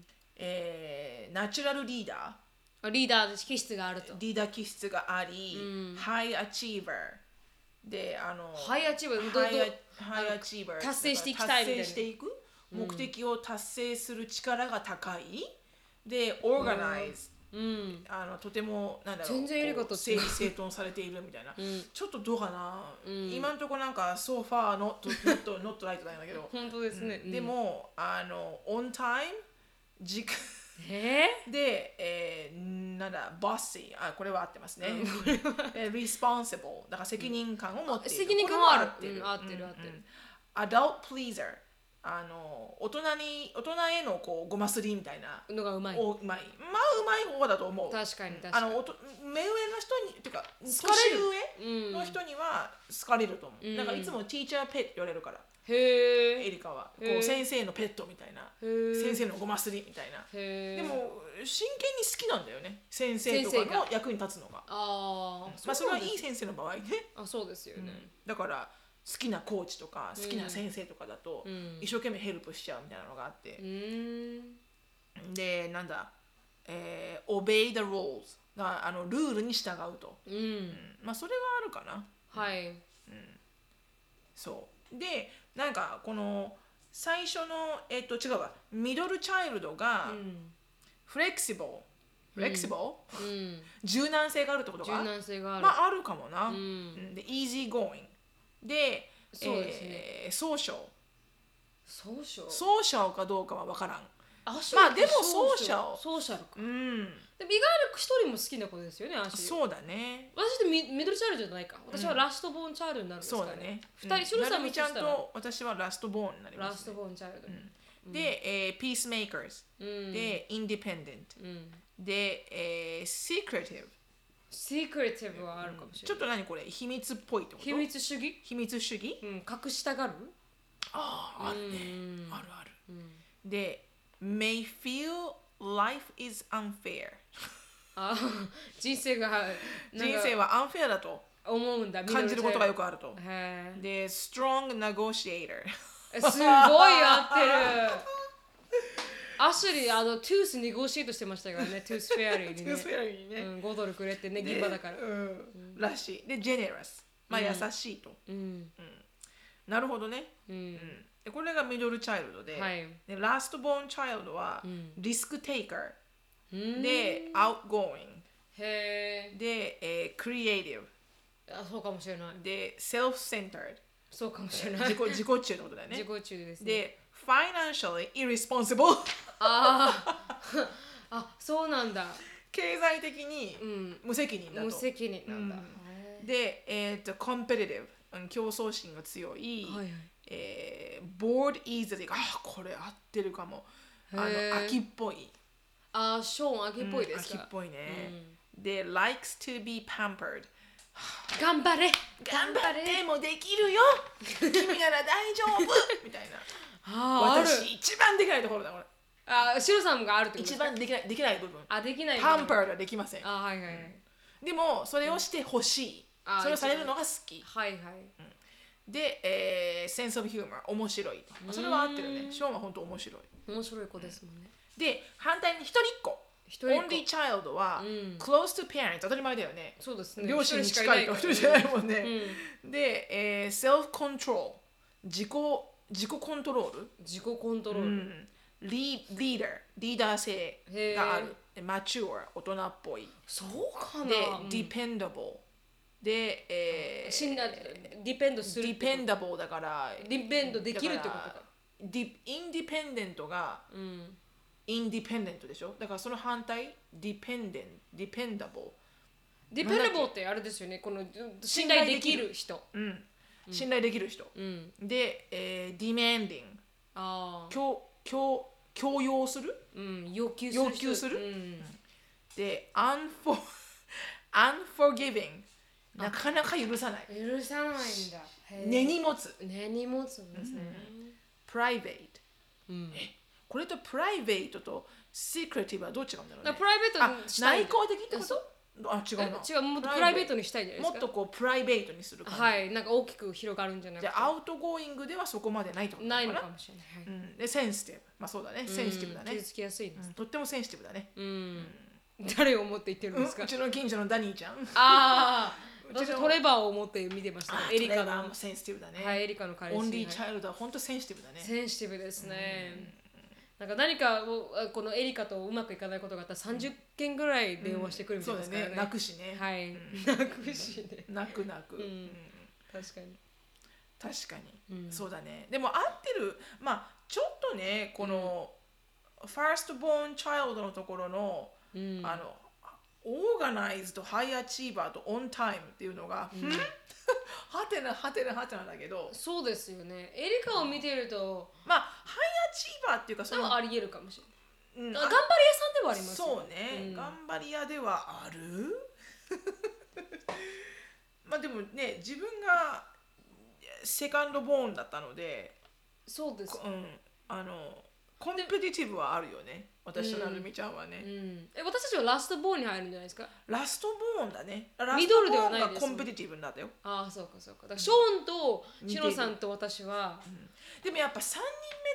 S2: えーナチュラルリーダ
S1: あリーダー気質があると
S2: ー。リーダー気質があり、
S1: うん
S2: ハイアチーバーであの
S1: ハイアチーバーどど
S2: ハイアハイアチーバー
S1: 達成していきたいみたいな
S2: 達成していく目的を達成する力が高い、でオーガナイズ、
S1: うん
S2: あのとてもなんだろう
S1: 全然やり方違う
S2: こう整理整頓されているみたいな、
S1: ん
S2: ちょっとどうかな、
S1: ん
S2: 今のところなんかソファーのとノットノットライトなんだ
S1: *laughs*
S2: けど、
S1: 本当ですね。うん
S2: で、もあのオンタイム時間 *laughs*
S1: え
S2: で、えー、なんだボッシーあこれは合ってますね、 *laughs* えー、responsible だから責任感を持っている
S1: 責任感はある
S2: これ
S1: うん合ってる合ってる
S2: adult pleaser あの大人に大人へのこうごますりみたいな
S1: ー、のがうまい。
S2: おうまいまあうまい方だと思う
S1: 確かに確か
S2: あ
S1: に。
S2: のおと目上の人にっていうか年
S1: 好かれる
S2: 上の人には好かれると思う、
S1: ん
S2: なんかいつもティーチャーペット言われるから、
S1: へ
S2: エ
S1: え。
S2: リカは
S1: へ
S2: こ
S1: ー
S2: う先生のペットみたいな
S1: へー
S2: 先生のごますりみたいな
S1: へえ。
S2: でも真剣に好きなんだよね先生とか
S1: 先生が
S2: の役に立つのが
S1: ああ、
S2: まあ、それ
S1: うな
S2: は
S1: んです
S2: いい先生の場合ね
S1: あそうですよね。
S2: だから好きなコーチとか好きな先生とかだと
S1: うん
S2: 一生懸命ヘルプしちゃうみたいなのがあっ
S1: う
S2: て、
S1: ーん。
S2: でなんだ、えー、obey the rules だからあのルールに従うと、
S1: うん
S2: う。んまあそれはあるかな
S1: はい。
S2: そうでなんかこの最初のえっと違うわミドルチャイルドが
S1: うん。
S2: フレキシブル、フレキシブル、
S1: うん。
S2: 柔軟性があるってこと
S1: 柔
S2: か
S1: 軟性がある。
S2: まああるかもな、
S1: うん
S2: うんで easy going で
S1: そうですね
S2: えー、ソーシャル
S1: ソーシャル。
S2: ソーシャルかどうかは分からん
S1: ま
S2: まあでもソーシャル
S1: ソーシャルか。
S2: うん
S1: でも意外と一人も好きな子ですよね、アシュリー。
S2: そうだね
S1: 私ってミミドルチャイルドじゃないか。私はラストボーンチャイルドになるんです
S2: そう
S1: か
S2: だ
S1: ね
S2: ね。
S1: 二
S2: うん
S1: 人、シュルさん
S2: なる
S1: も
S2: み
S1: 一
S2: ちゃ
S1: 緒し
S2: ん
S1: たら
S2: と私はラストボーンになりま
S1: ラス
S2: す
S1: ト
S2: ね
S1: ボーンチャイルド。
S2: で、えー、ピースメーカーズ
S1: うん。
S2: で、インディペンデント
S1: うん。
S2: で、えー、シクレティブ
S1: シークレティブはあるかもしれ
S2: ち
S1: ない
S2: ょっ。と何これ秘密っぽいってこと
S1: 秘密主義
S2: 秘密主義
S1: うん。隠したがる
S2: あああるね
S1: うん
S2: あるあるで may feel life is unfair
S1: あ人生が、
S2: 人生は unfair だと
S1: 思うんだ。ミドル
S2: 感
S1: チャイ
S2: じ
S1: ルド
S2: ることがよくあると
S1: へー
S2: で strong negotiator
S1: えすごい合ってる
S2: *laughs*
S1: アシュリーあのトゥースネゴシエートしてましたからねトゥースフェア
S2: *laughs*
S1: リーにね、
S2: にね
S1: うん、5ドルくれってね銀歯だから
S2: うん、らしいで generous まあ優しいと、
S1: うん
S2: なるほどね、
S1: う
S2: うん
S1: ん
S2: でこれがミドルチャイルドで、
S1: はい
S2: でラストボーンチャイルドはリスクテイカ
S1: うん
S2: ーで outgoing
S1: へえ
S2: で、えー、creative
S1: あそうかもしれない
S2: で self-centered
S1: そうかもしれない *laughs*
S2: 自己自己中ってことだよね
S1: 自己中ですね
S2: で financially irresponsible *laughs*
S1: あー *laughs* あそうなんだ
S2: 経済的に
S1: うん
S2: 無責任だと、
S1: 無責任なんだ、
S2: で、えっと competitive うん競争心が強い、
S1: はいはい
S2: えー、bored easily あこれ合ってるかもあの
S1: へー
S2: 秋っぽい
S1: あーショーン秋っぽいです
S2: 秋っ
S1: か、
S2: ぽいね、で likes to be pampered
S1: 頑張れ
S2: 頑張ってもできるよ君なら大丈 *laughs* 夫みたいな
S1: あーある
S2: 私一番できないところだこれ
S1: あーシロさんがあるってことで
S2: 一
S1: すか
S2: 番できないできない部分
S1: あできない
S2: パンパーができません
S1: あはいはいはい、
S2: でもそれをしてほしい、
S1: あー
S2: それをされるのが好き
S1: はいはい
S2: で、えー、センスオブヒューマー面白いと、まあそれは合ってるねショーンは本当面白い
S1: 面白い子ですもんね、
S2: で反対に一人っ子
S1: 一人っ子
S2: オンリーチャイルドは、
S1: うん
S2: close to parents 当たり前だよね
S1: そうですね
S2: 両親に近いから一
S1: 一
S2: 人
S1: 人
S2: じ
S1: し
S2: ゃ
S1: か
S2: ないい
S1: ない
S2: もんね、で、えー、self control 自己自己コントロール、
S1: 自己コントロー
S2: う
S1: ル、
S2: ん、リーリーダーリーダー性がある mature 大人っぽい
S1: そうかな
S2: で、
S1: うん
S2: dependable で、えー、
S1: 信頼ディペンドす
S2: デ
S1: る
S2: ィペンダボーだから
S1: ディペンドできるってこと
S2: だら
S1: か
S2: ディインディペンデントが
S1: うん
S2: インディペンデントでしょだからその反対ディペンデンディペンダボ
S1: ディペンダボーってあれですよねこの信頼できる人
S2: ー、うん、信頼できる人、
S1: うん
S2: で、えー、ディメンディング
S1: ああ
S2: 強強強要する
S1: うん要求する人
S2: 要求する
S1: うん
S2: で unfor *laughs* unforgiving なかなか許さない
S1: 許さないんだへー
S2: 根に持つ
S1: 根に持つんですね
S2: private
S1: うん
S2: これとプライベートと secretive はどう違うんだろう
S1: だから
S2: ね
S1: プライベート
S2: あ
S1: にしたい
S2: 内
S1: んだ
S2: 向的ってこ
S1: そ
S2: とあ違う
S1: え
S2: な
S1: 違うもっとプライベートにしたいんじゃないで
S2: も
S1: すか
S2: っとこうプライベートにする感じ、
S1: はいなんか大きく広がるんじゃなく
S2: で
S1: て
S2: アウトゴーイングではそこまでないってこと
S1: ないの
S2: か
S1: かもしれないはい
S2: な、うん、でセンシティブまあそうだねセンシティブだね
S1: うん、傷つきやすいです
S2: うんとってもセンシティブだね、
S1: うん誰を思って言ってるん
S2: うん
S1: ですか
S2: うちの近所のダニーちゃん
S1: ああ
S2: うち
S1: 私
S2: の
S1: トレバーを思って見てました
S2: あ
S1: エリカ
S2: トレバー
S1: の
S2: もセンシティブだね、
S1: はいエリカの彼氏
S2: オンリーチ
S1: はい
S2: ャイルドは本当センシティブだね
S1: センシティブですねなんか何かをあこのエリカとうまくいかないことがあったら30件ぐらい電話してくるみたいです
S2: そ
S1: か
S2: うだ
S1: ら
S2: ね
S1: ね
S2: 泣くしね、
S1: はい泣くしね
S2: 泣く泣く、
S1: うん
S2: うん
S1: 確かに
S2: 確かに、
S1: うん
S2: そうだねでも合ってるまあちょっとねこの、ファーストボーンチャイルドのところの、
S1: うん
S2: あのオーガナイズとハイアチーバーとオンタイムっていうのが、うん、 *laughs* はてなはてなはてなだけど
S1: そうですよねエリカを見てると
S2: まあハイアチーバーっていうかそ
S1: 多
S2: の、
S1: 分あり得るかもしれない
S2: うん
S1: あ頑張り屋さんではありますよ
S2: そうね、
S1: うん
S2: 頑張り屋ではある *laughs* まあでもね自分がセカンドボーンだったので、
S1: そうです
S2: こうん、あのコンペティティブはあるよね私となるみちゃんは
S1: う
S2: ね、
S1: ん、え私たちはラストボーンに入るんじゃないですか
S2: ラストボーンだねラ
S1: ミ
S2: ス
S1: ド
S2: ト
S1: ルで
S2: ボ
S1: は
S2: ー
S1: な
S2: ン
S1: い
S2: が
S1: です
S2: コンペティティブになったよ
S1: ああそうかそうかだからショーンと
S2: 似
S1: シ
S2: て
S1: ノ
S2: る
S1: さんと私は
S2: でもやっぱ3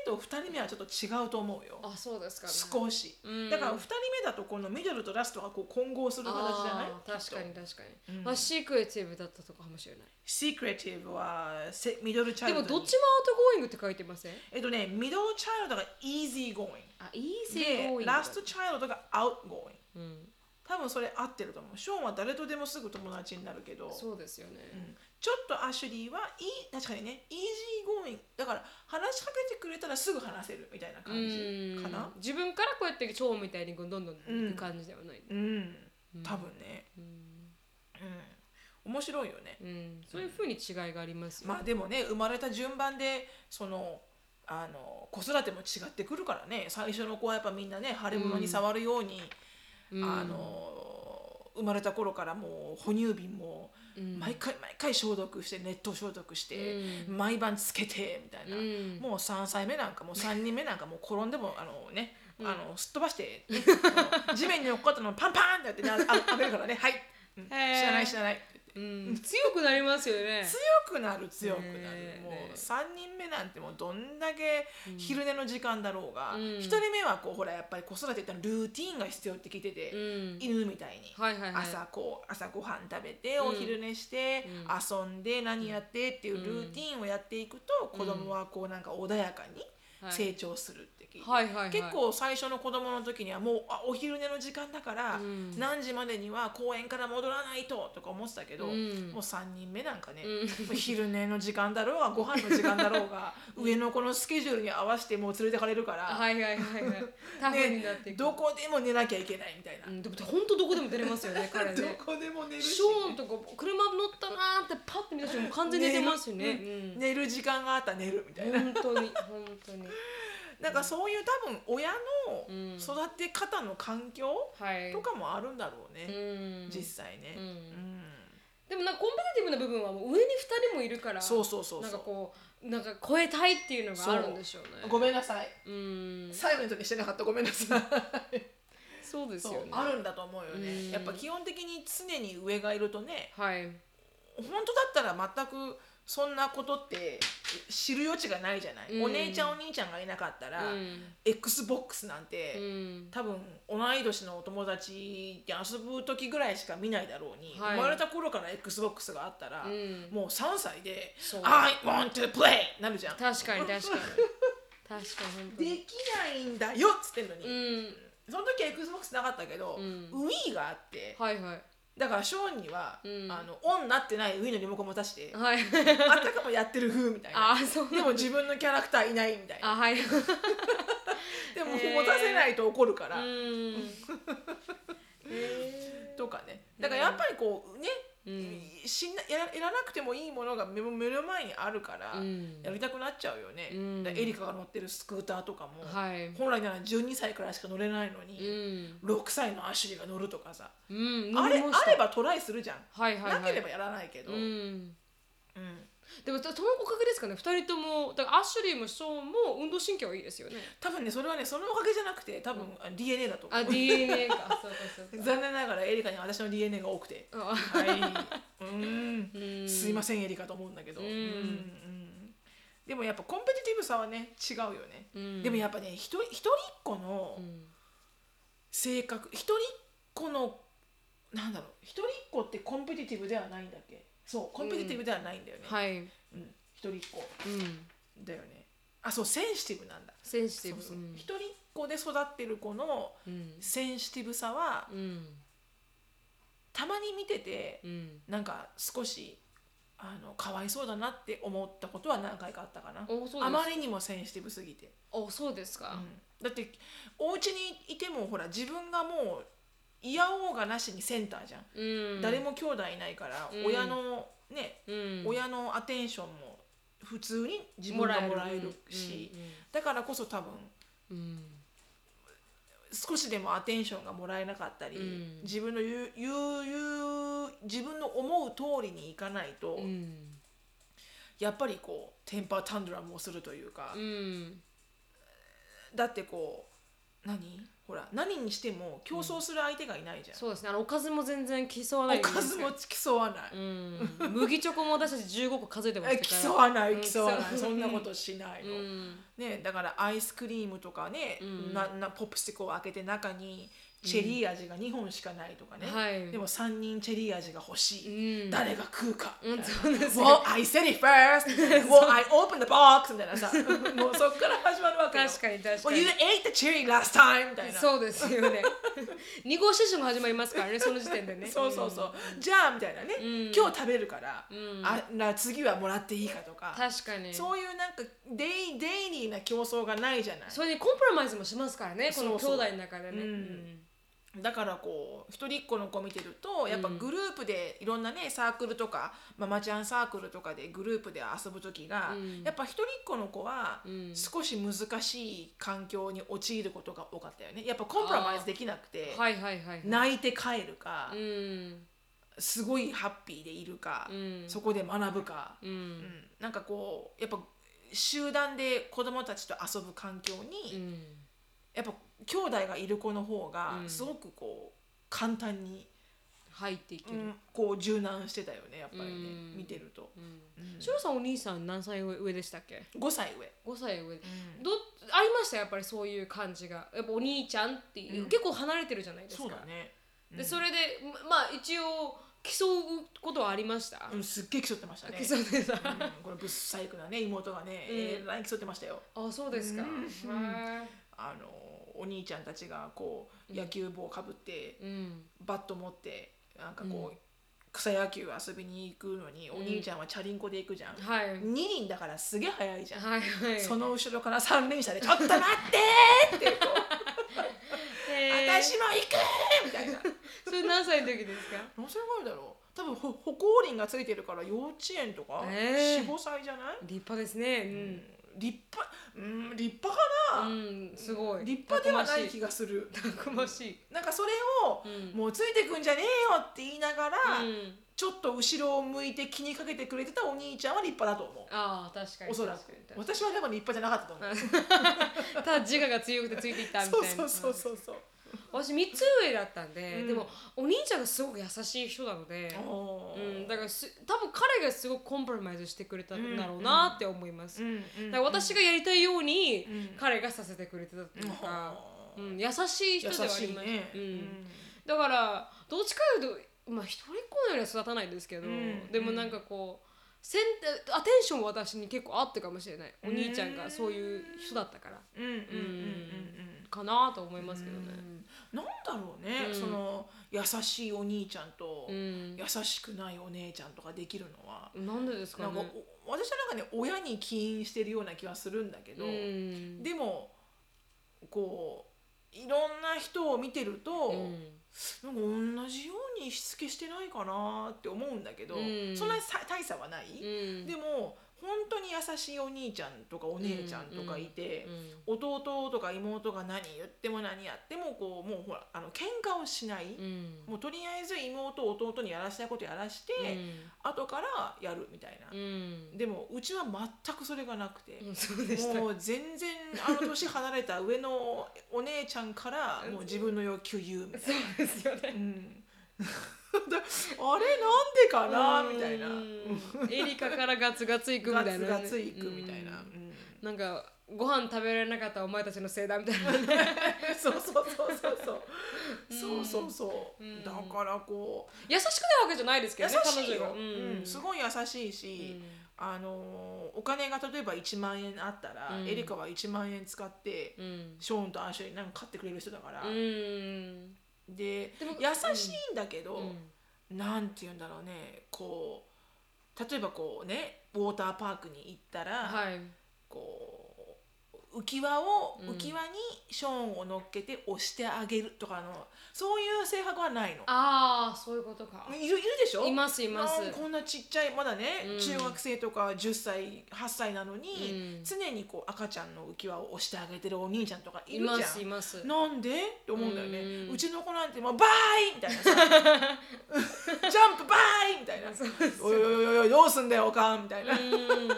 S2: 人目と2人目はちょっと違うと思うよ
S1: あそうですかね
S2: 少し、
S1: うん
S2: だから2人目だとこのミドルとラストがこう混合する形じゃない
S1: あー確かに
S2: きっと
S1: 確かに、まあシークレティブだったとかもしれない
S2: シークレティブはセミドルチャイ
S1: で
S2: ルド
S1: も
S2: に
S1: どっちもアウトゴーイングって書いてません
S2: えっとね、ミドルチャイルドが easy going。
S1: あイージーゴーイ
S2: で、
S1: ングだ
S2: ラストチャイルドが outgoing。
S1: うん、
S2: 多分それ合ってると思う。ショーンは誰とでもすぐ友達になるけど、
S1: そうですよね、
S2: うんちょっとアシュリーは、い確かにね、easy going。だから話しかけてくれたらすぐ話せるみたいな感じかな
S1: うん。自分からこうやって蝶みたいにどんどん行く感じではない、
S2: うん、多分ね。うん、面白いよね。
S1: うんそういうふうに違いがありますよ、
S2: まあでもね、生まれた順番で、その、あの子育ても違ってくるからね最初の子はやっぱみんなね腫れ物に触るように、
S1: うん
S2: あの生まれた頃からもう哺乳瓶も
S1: うん
S2: 毎回毎回消毒して熱湯消毒して、毎晩つけてみたいな、
S1: うん
S2: もう3歳目なんかもう3人目なんかもう転んでもあのね、あのすっ飛ばして、ねあの地面に落っこったのをパンパンってやって、ね、あ食べるからねはい、うん知
S1: へー
S2: らない知らない
S1: うん、強くなりますよね
S2: 強くなる強くなる、
S1: ねえ
S2: も
S1: ねえ
S2: う3人目なんてもうどんだけ昼寝の時間だろうが、
S1: うん
S2: 1人目はこうほらやっぱり子育てってのはルーティンが必要って聞いてて、
S1: うん
S2: 犬みたいに、
S1: はいはいはい
S2: 朝こう朝ごはん食べて、
S1: うん
S2: お昼寝して、遊んで何やってっていうルーティンをやっていくと、子供はこうなんか穏やかに
S1: はい
S2: 成長するって聞いて、
S1: はいはいはい
S2: 結構最初の子供の時にはもうあお昼寝の時間だから、
S1: うん
S2: 何時までには公園から戻らないととか思ってたけど、
S1: うん
S2: もう3人目なんかね、
S1: うん
S2: もう昼寝の時間だ
S1: *laughs*
S2: ろうがご飯の時間だろうが上の子のスケジュールに合わせてもう連れてかれるから、
S1: はい
S2: *laughs*
S1: はいはいはいタフになってい
S2: ね
S1: く
S2: どこでも寝なきゃいけないみたいな。
S1: うんでも本当どこでも出れますよ
S2: *laughs*
S1: ね彼
S2: ど
S1: ね
S2: こでも寝る
S1: ショーンとか車乗ったなーってパッて見た瞬間もう完全に寝てますよね
S2: 寝るうん寝る時間があったら寝るみた
S1: う
S2: い
S1: ん
S2: な、
S1: 本当に本当に
S2: なんかそういう多分親の
S1: うん
S2: 育て方の環境
S1: はい
S2: とかもあるんだろ
S1: う
S2: うね、
S1: ん
S2: 実際ね、
S1: うん
S2: ん
S1: でもなんかコンペティティブな部分はもう上に2人もいるから
S2: そうそうそう
S1: なん
S2: そ
S1: か
S2: う
S1: こうなんか超えたいっていうのがあるんでしょうね
S2: ごめんなさい
S1: うん
S2: 最後の時してなかったごめんなさい
S1: そうです
S2: そう
S1: よね
S2: あるんだと思うよね、
S1: うん
S2: やっぱ基本的に常に上がいるとね
S1: はい
S2: 本当だったら全くそんなことって知る余地がないじゃない、
S1: うん
S2: お姉ちゃんお兄ちゃんがいなかったら、
S1: うん
S2: XBOX なんて、
S1: うん
S2: 多分同い年のお友達で遊ぶ時ぐらいしか見ないだろうに、
S1: はい
S2: 生まれた頃から XBOX があったら、
S1: うん
S2: もう3歳で
S1: そう
S2: 「I want to play!」なるじゃん。
S1: 確かに
S2: *laughs*
S1: 確かに確かに本当
S2: で
S1: に
S2: きないんだよっつってんのに、
S1: うん
S2: その時は XBOX なかったけど、
S1: うん
S2: Wii があって
S1: はいはい
S2: だからショーンには、
S1: うん
S2: あのオンなってないウィーのリモコンも出して
S1: はい
S2: *laughs* あたかもやってる風みたいな
S1: あそう
S2: でも自分のキャラクターいないみたいな
S1: あ
S2: *laughs*
S1: はい
S2: でも持
S1: へー
S2: たせないと怒るから、
S1: う
S2: とかねだからやっぱりこうね、
S1: ん
S2: しんなやらやらなくてもいいものが目の目の前にあるから、
S1: うん
S2: やりたくなっちゃうよね、
S1: うん
S2: だからエリカが乗ってるスクーターとかも、
S1: はい
S2: 本来なら12歳からしか乗れないの
S1: う
S2: に、
S1: ん
S2: 6歳のアシュリーが乗るとかさ、
S1: うん
S2: あれ
S1: 飲みまし
S2: あ
S1: た
S2: ればトライするじゃん、
S1: はいはいはい
S2: なければやらないけど、
S1: うん
S2: うん
S1: でもそのおかげですかね二人ともだからアシュリーもショーンも運動神経はいいですよね
S2: 多分ねそれはねそのおかげじゃなくて多分、あ DNA だと思
S1: あ
S2: う
S1: DNA かそうかそうか
S2: 残念ながらエリカには私の DNA が多くて
S1: あ
S2: は
S1: *laughs*
S2: い、うん
S1: うん
S2: すいませんエリカと思うんだけど、
S1: うん
S2: んでもやっぱコンペティティブさはね違うよね、
S1: うん
S2: でもやっぱね一人一人っ子の
S1: うん
S2: 性格、一人っ子のなんだろう一人っ子ってコンペティティブではないんだっけそうコンペティティブではないんだよね、
S1: はいうん
S2: うん、一人っ子だよねあそうセンシティブなんだ
S1: センシティ
S2: そう
S1: ブ
S2: そううん一人っ子で育ってる子の
S1: うん
S2: センシティブさは
S1: うん
S2: たまに見てて
S1: うん
S2: なんか少しあのかわいそうだなって思ったことは何回かあったかな
S1: おそう
S2: あ
S1: で
S2: ますりにもセンシティブすぎて、
S1: おそうです
S2: う
S1: か
S2: んだってお家にいてもほら自分がもう嫌おうがなしにセンターじゃん、
S1: うん
S2: 誰も兄弟いないから、
S1: うん
S2: 親のね、
S1: うん
S2: 親のアテンションも普通に自分がもらえるし、だからこそ多分
S1: うんうん
S2: 少しでもアテンションがもらえなかったり、
S1: うん
S2: 自分の言う言う言う自分の思う通りにいかないと、
S1: うんうん
S2: やっぱりこうテンパータンドラムをするというか、
S1: うん
S2: だってこう何ほら何にしても競争する相手がいないじゃん、
S1: そうですねあのおかずも全然競わない
S2: おかずも競わない、
S1: うん麦チョコも私たち15個数えてま
S2: え
S1: した
S2: 競
S1: から
S2: わな
S1: うん
S2: い競わない、
S1: 競わない
S2: そんなことしないの、
S1: うん
S2: ね、だからアイスクリームとかね、
S1: うん
S2: ななポップスティックを開けて中にチェリー味が2本しかないとかね、
S1: はい
S2: でも3人チェリー味が欲しい、
S1: うん
S2: 誰が食うかみ
S1: うん
S2: たいな
S1: そうです
S2: Well, I said it
S1: *laughs*
S2: first! well, I opened the box! みたいなさ、もうそっから始まるわけよ。
S1: 確かに確か
S2: Well,
S1: に
S2: you ate the cherry last time! みたい
S1: *laughs*
S2: な。
S1: そうですよね二号写真も始まりますからねその時点でね
S2: *laughs* そうそうそう、じゃあみたいなね、
S1: うん
S2: 今日食べるから、
S1: ん
S2: あな次はもらっていいかとか、
S1: 確かに
S2: そういうなんかデイデイリーな競争がないじゃない
S1: それにコンプラマイズもしますからねこの兄
S2: そうそう
S1: 弟の中でね
S2: うんだからこう一人っ子の子見てるとやっぱグループでいろんなねサークルとかママちゃんサークルとかでグループで遊ぶ時が、
S1: うん
S2: やっぱ一人っ子の子は
S1: うん
S2: 少し難しい環境に陥ることが多かったよねやっぱコンプラマイズできなくて、
S1: はいはいはい
S2: 泣いて帰るか、
S1: うん
S2: すごいハッピーでいるか、
S1: うん
S2: そこで学ぶか。
S1: う
S2: うんん、なんかこうやっぱ集団で子供たちと遊ぶ環境
S1: う
S2: に、
S1: ん
S2: やっぱ兄弟がいる子の方が
S1: うん
S2: すごくこう簡単に、
S1: 入っていけ
S2: う
S1: る
S2: んこう柔軟してたよねやっぱりね、
S1: うん
S2: 見てると、
S1: うんシロさんお兄さん何歳上でしたっけ
S2: 5歳上、
S1: 5歳上どありましたやっぱりそういう感じがやっぱお兄ちゃんっていう、
S2: うん
S1: 結構離れてるじゃないですか
S2: そうだね、
S1: でそれでままあ一応競うことはありました、
S2: うん、すっげえ競ってましたね、
S1: 競って *laughs* た、
S2: うんこれぶっさいくなね妹がね、
S1: うん
S2: えらい競ってましたよ
S1: あそうですか、
S2: うん
S1: へ
S2: あのお兄ちゃんたちがこう野球帽かぶって、
S1: えうん
S2: バット持ってなんかこう、
S1: うん
S2: 草野球遊びに行くのにお兄ちゃんはチャリンコで行くじゃん、
S1: はいはい
S2: 二2輪だからすげえ速いじゃん、
S1: はい
S2: その後ろから三輪車で「ちょっと待って!」ってこ
S1: *laughs*
S2: う「
S1: へえ
S2: 私も行く!」みたいな
S1: それ何歳の時ですか
S2: 何歳ぐらいだろう多分ほ歩行輪がついてるから幼稚園とか、
S1: ええ
S2: 45歳じゃない、
S1: 立派ですね
S2: うん立派うん立派
S1: う
S2: かな、
S1: ん、うん、すごい
S2: 立派で
S1: た
S2: は
S1: く
S2: な
S1: ま
S2: い
S1: し
S2: 気がする
S1: たくまし
S2: *laughs*
S1: い、
S2: なんかそれを、
S1: うん
S2: もうついてくんじゃねえよって言いながら、
S1: うん、
S2: ちょっと後ろを向いて気にかけてくれてたお兄ちゃんは立派だと思
S1: ああ確か
S2: う
S1: に
S2: おそらく
S1: 確かに確かに
S2: 私はでも立派じゃなかったと思
S1: た
S2: う
S1: だ自我が強くてついていったみた
S2: そ
S1: いうな
S2: そうそうそうそう
S1: 私3つ上だったんで、
S2: うん
S1: でもお兄ちゃんがすごく優しい人なので、
S2: お
S1: う
S2: ー
S1: ん、だからす多分彼がすごくコンプラマイズしてくれたんだろうなって思います、
S2: うんうん
S1: だから私がやりたいように
S2: うん
S1: 彼がさせてくれてたというか、
S2: う
S1: うんん、優しい人ではあ
S2: 優
S1: りまし、
S2: したいね
S1: うんだからどっちかというとまあ一人っ子よりは育たないですけど、
S2: うん
S1: でもなんかこうせんアテンションは私に結構あったかもしれないお兄ちゃんがそういう人だったから
S2: うんうんうんうんうん
S1: かなと思いますけどね、
S2: うんなんだろうね、
S1: うん
S2: その優しいお兄ちゃんと、
S1: うん
S2: 優しくないお姉ちゃんとかできるのは、
S1: なんでです
S2: な
S1: か
S2: んか
S1: ね
S2: お私はなんかね親に起因してるような気はするんだけど、
S1: うん
S2: でもこういろんな人を見てると、
S1: うん
S2: なんか同じようにしつけしてないかなって思うんだけど、
S1: うん
S2: そんなにさ大差はない、
S1: うん
S2: でも本当に優しいお兄ちゃんとかお姉ちゃんとかいて。
S1: うん
S2: 弟とか妹が何言っても何やってもこうもうほらあの喧嘩をしない、
S1: うん
S2: もうとりあえず妹弟にやらしたいことやらして、後からやるみたいな
S1: う、ん
S2: でもうちは全くそれがなくて、
S1: うんそうでした
S2: もう全然あの年離れた上のお姉ちゃ
S1: *laughs*
S2: んからもう自分の要求言うみたい
S1: そうですよね
S2: な、うん、だあれなんでかなみたいな
S1: うんエリカからガツガツいくみ
S2: ガ
S1: たい
S2: ツ
S1: な
S2: ガツいくみたいな、
S1: うん
S2: うん *laughs*
S1: なんかご飯食べられなかったお前たちのせいだみたいな *laughs* ね
S2: そうそうそうそうそう
S1: う
S2: そ
S1: ん
S2: うそうそう、
S1: うん
S2: だからこう
S1: 優しくないわけじゃないですけ
S2: 優
S1: ど
S2: し
S1: ね彼女
S2: いよ
S1: が、
S2: うんすごい優しいし、あのーお金が例えば1万円あったら、
S1: うん
S2: エリカは1万円使って、
S1: うん
S2: ショーンとアンシュに何か買ってくれる人だから、
S1: うん
S2: で
S1: でも
S2: 優しいんだけ
S1: う
S2: ど、
S1: ん
S2: なんて言うんだろうねこう例えばこうねウォーターパークに行ったら、
S1: はい
S2: こう浮き輪を
S1: うん
S2: 浮き輪にショーンを乗っけて押してあげるとかのそういう制迫はないの。
S1: ああそういうことか
S2: いるいるでしょ
S1: いますいます
S2: なんこんなちっちゃいまだね、
S1: うん
S2: 中学生とか10歳8歳なのに、
S1: うん
S2: 常にこう赤ちゃんの浮き輪を押してあげてるお兄ちゃんとかい
S1: い
S2: る
S1: ま
S2: じ
S1: すい
S2: ゃ
S1: ます
S2: ん。なんでって思うんだよね、
S1: う
S2: うんちの子なんてもうバーイみた
S1: *laughs*
S2: いなさジャンプバーイみたいな
S1: そうです
S2: おいおいおいおいどうすんだよおかんみたいな、 *laughs*
S1: うん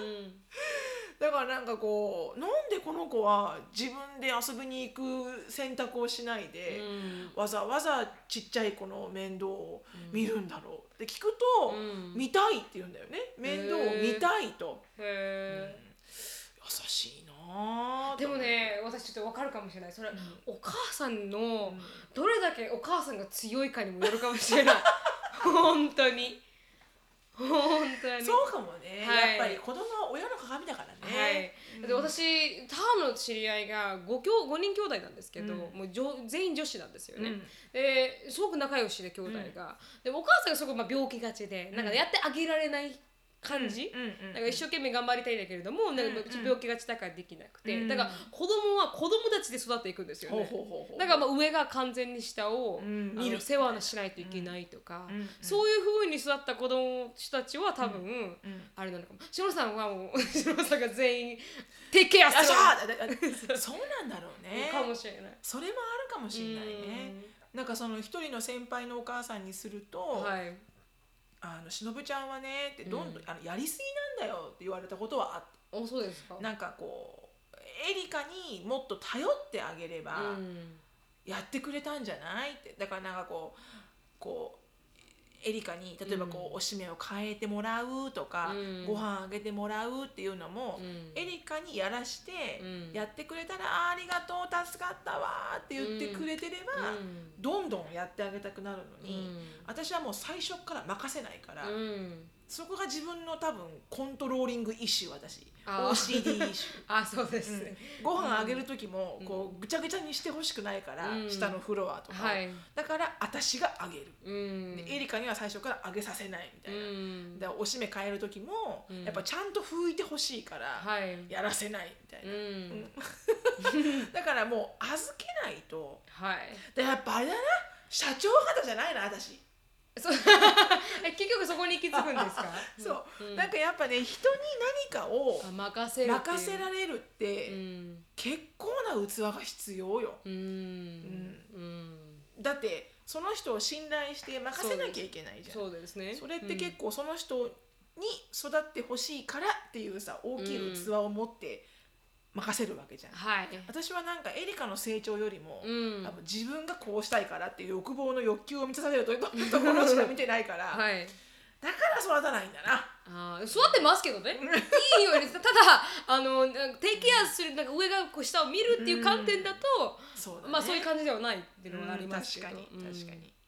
S2: だからなんかこうなんでこの子は自分で遊びに行く選択をしないで、
S1: うん
S2: わざわざちっちゃい子の面倒を見るんだろうって聞くと、
S1: うん
S2: 見たいって言うんだよね面倒を見たいと、
S1: へ
S2: うん優しいなあ
S1: ーでも
S2: と
S1: ね私ちょっとわかるかもしれないそれ、お母さん
S2: う
S1: の
S2: ん
S1: どれだけお母さんが強いかにもよるかもしれ
S2: *laughs*
S1: ない本当に本当に
S2: そうかもね、
S1: はい
S2: やっぱり子供は親の鏡だから
S1: はい、
S2: ね、
S1: で私ターの知り合いが 5, 兄5人兄弟なんですけど、
S2: うん
S1: もうじょ全員女子なんですよね、
S2: うん
S1: ですごく仲良しで兄弟が、でお母さんがすごくまあ病気がちで、なんかやってあげられない感じ、
S2: うんうん
S1: なんか一生懸命頑張りたいんだけれども、なんか
S2: うんうん
S1: 病気がちだからできなくて、
S2: うん
S1: だから子供は子供たちで育っていくんですよ
S2: ほう
S1: ね。
S2: ほうほうほう
S1: だからまあ上が完全に下を、
S2: うん
S1: あの
S2: 見る
S1: 世話をしないといけないとか、
S2: うんうん
S1: そういう風に育った子供たちは多分、
S2: うん
S1: あれなのかもしのさんはもう *laughs* しのさんが全員「テイケア
S2: あそう
S1: する! *laughs*
S2: だだだそうなんだろう」ね
S1: かもしれない。
S2: それもあるかもしれないねなんかその一人の先輩のお母さんにすると
S1: うん、
S2: 「
S1: はい、
S2: あのしのぶちゃんはね」ってどんどん、
S1: う
S2: あの「やりすぎなんだよ」って言われたことはあっ
S1: おそうですか
S2: なんかこうエリカにもっと頼ってあげれば
S1: うん
S2: やってくれたんじゃないってだからなんかこうこうエリカに例えばこう、
S1: うん
S2: おしめを変えてもらうとか、
S1: うん
S2: ご飯あげてもらうっていうのも、
S1: うん
S2: エリカにやらして、
S1: うん
S2: やってくれたらあーありがとう助かったわーって言ってくれてれば、
S1: うん
S2: どんどんやってあげたくなるの
S1: う
S2: に、
S1: ん
S2: 私はもう最初から任せないから、
S1: うん、
S2: そこが自分の多分コントローリングイシュー私
S1: あー
S2: OCD イシュー。
S1: *laughs* あそうですね、
S2: ご飯あげる時も
S1: うん
S2: こうぐちゃぐちゃにしてほしくないから、
S1: うん
S2: 下のフロアとかを、
S1: はい、
S2: だから私があげる、
S1: うん、
S2: でエリカには最初からあげさせないみたいな、
S1: うん
S2: でおしめ変える時も、
S1: うん
S2: やっぱちゃんと拭いてほしいから、
S1: はい、
S2: やらせないみたいうな、
S1: ん、
S2: だからもう預けないと
S1: はい
S2: でやっぱあれだな社長肌じゃないな私、
S1: そう *laughs* え結局そこに行き着くんです
S2: *laughs*
S1: か
S2: そ
S1: う
S2: う、
S1: ん
S2: なんかやっぱね人に何かを
S1: あ任せるっていう
S2: 任せられるって、
S1: うん
S2: 結構な器が必要よ
S1: うんうん
S2: だってその人を信頼して任せなきゃいけないじゃん
S1: そうですね
S2: それって結構その人に育ってほしいからっていうさ大きい器を持って任せるわけじゃん、
S1: うんはい
S2: 私はなんかエリカの成長よりも、
S1: うん
S2: 多分自分がこうしたいからっていう欲望の欲求を満たされるというとところしか見てないから、
S1: *laughs* はい
S2: だから育たないんだな
S1: あー座ってますけど
S2: *laughs*
S1: ねいいようにただあのなんかテイクケアするなんか上がこう下を見るっていう観点だと、
S2: そうだね
S1: まあそういう感じではないっていうのはありますけど、
S2: うん確かに確かに、うん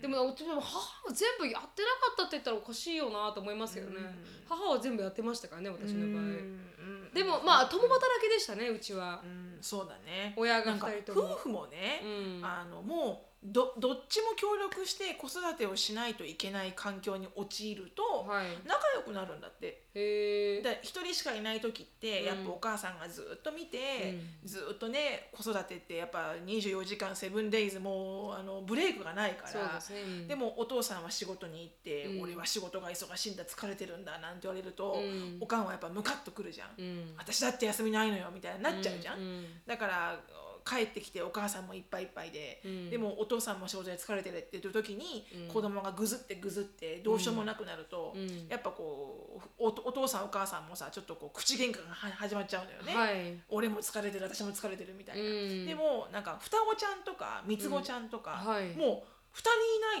S1: でもでも母は全部やってなかったって言ったらおかしいよなと思いますけどね、
S2: うん
S1: 母は全部やってましたからね私の場合、
S2: うんうん
S1: でもまあ共働きでしたねうちは
S2: う、ん、そうだね
S1: 親が
S2: なんか
S1: 2人とも
S2: 夫婦もね、
S1: うん
S2: あのもうどどっちも協力して子育てをしないといけない環境に陥ると、
S1: はい
S2: 仲良くなるんだって
S1: へえ
S2: だ一人しかいない時ってやっ
S1: うん
S2: ぱお母さんがずっと見て、ずっとね子育てってやっぱ24時間セブンデイズもうあのブレイクがないから
S1: そうですね、うん
S2: でもお父さんは仕事に行って、
S1: うん
S2: 俺は仕事が忙しいんだ疲れてるんだなんて言われると、
S1: うん
S2: おかんはやっぱムカッとくるじゃん、
S1: うん
S2: 私だって休みないのよみたいになっちゃうじゃん、
S1: う
S2: だから帰ってきてお母さんもいっぱいいっぱいで、
S1: うん
S2: でもお父さんも仕事で疲れてるって言ってる時に、
S1: うん
S2: 子供がぐずってぐずってどうしようもなくなると、
S1: うん
S2: やっぱこうおお父さんお母さんもさちょっとこう口喧嘩がは始まっちゃうんだよね、
S1: はい、
S2: 俺も疲れてる私も疲れてるみたいな、
S1: うん
S2: でもなんか双子ちゃんとか三つ子ちゃんとか、
S1: うんはい
S2: もう2人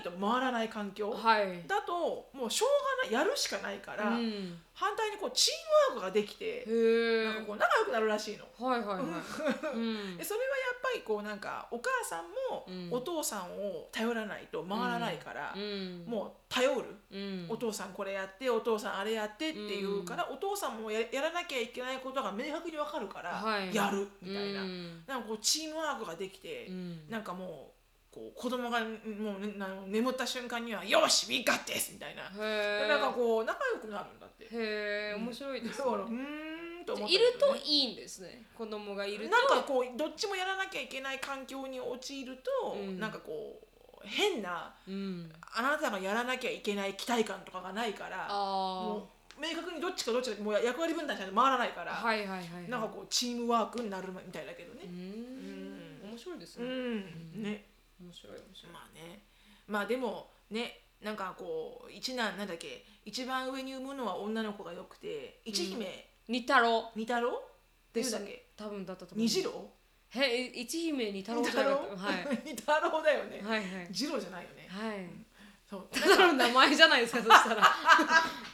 S2: いないと回らない環境、
S1: はい
S2: だともうしょうがないやるしかないから、
S1: うん、
S2: 反対にこうチームワークができて
S1: へえ
S2: なんかこう仲良くなるらしいの。
S1: はいはいはい、うん
S2: で、それはやっぱりこうなんかお母さんも
S1: うん
S2: お父さんを頼らないと回らないから、
S1: うん、
S2: もう頼る、
S1: う、ん、
S2: お父さんこれやってお父さんあれやってっていうから、お父さんもややらなきゃいけないことが明確に分かるから、
S1: はい
S2: やるみたいな、
S1: うん
S2: なんかこうチームワークができて、
S1: うん
S2: なんかもうこう子供がもう、ね、な眠った瞬間には「よしみかです!」みたいな、
S1: へえ
S2: なんかこう仲良くなるんだって。
S1: へえ面白いです、
S2: だ
S1: ね
S2: からうーんと思った
S1: い
S2: けどね
S1: るといいんですね子供がいると
S2: なんかこうどっちもやらなきゃいけない環境に陥ると、
S1: うん
S2: なんかこう変な
S1: うん、
S2: あなたがやらなきゃいけない期待感とかがないから
S1: あ
S2: もう明確にどっちかどっちかもう役割分担しないと回らないか
S1: あ
S2: ら、
S1: はいはいはいはい
S2: なんかこうチームワークになるみたいだけど
S1: う
S2: ね。
S1: ん面白いです
S2: う
S1: ね、
S2: んね
S1: 面白い面白い
S2: まあねまあでもねなんかこう一男なんだっけ一番上に産むのは女の子がよくて一姫、
S1: 二太郎
S2: 二太郎っ
S1: で
S2: ていう
S1: す
S2: だっけ
S1: 多分だったと思う
S2: 二次郎
S1: へい一姫二太郎
S2: 二
S1: じ
S2: 太
S1: ゃなか
S2: 郎
S1: った、はい、
S2: *laughs* 二太郎だよね、
S1: はいはい
S2: 二郎じゃないよね。
S1: はい
S2: そう
S1: ただの名前じゃないですかそしたら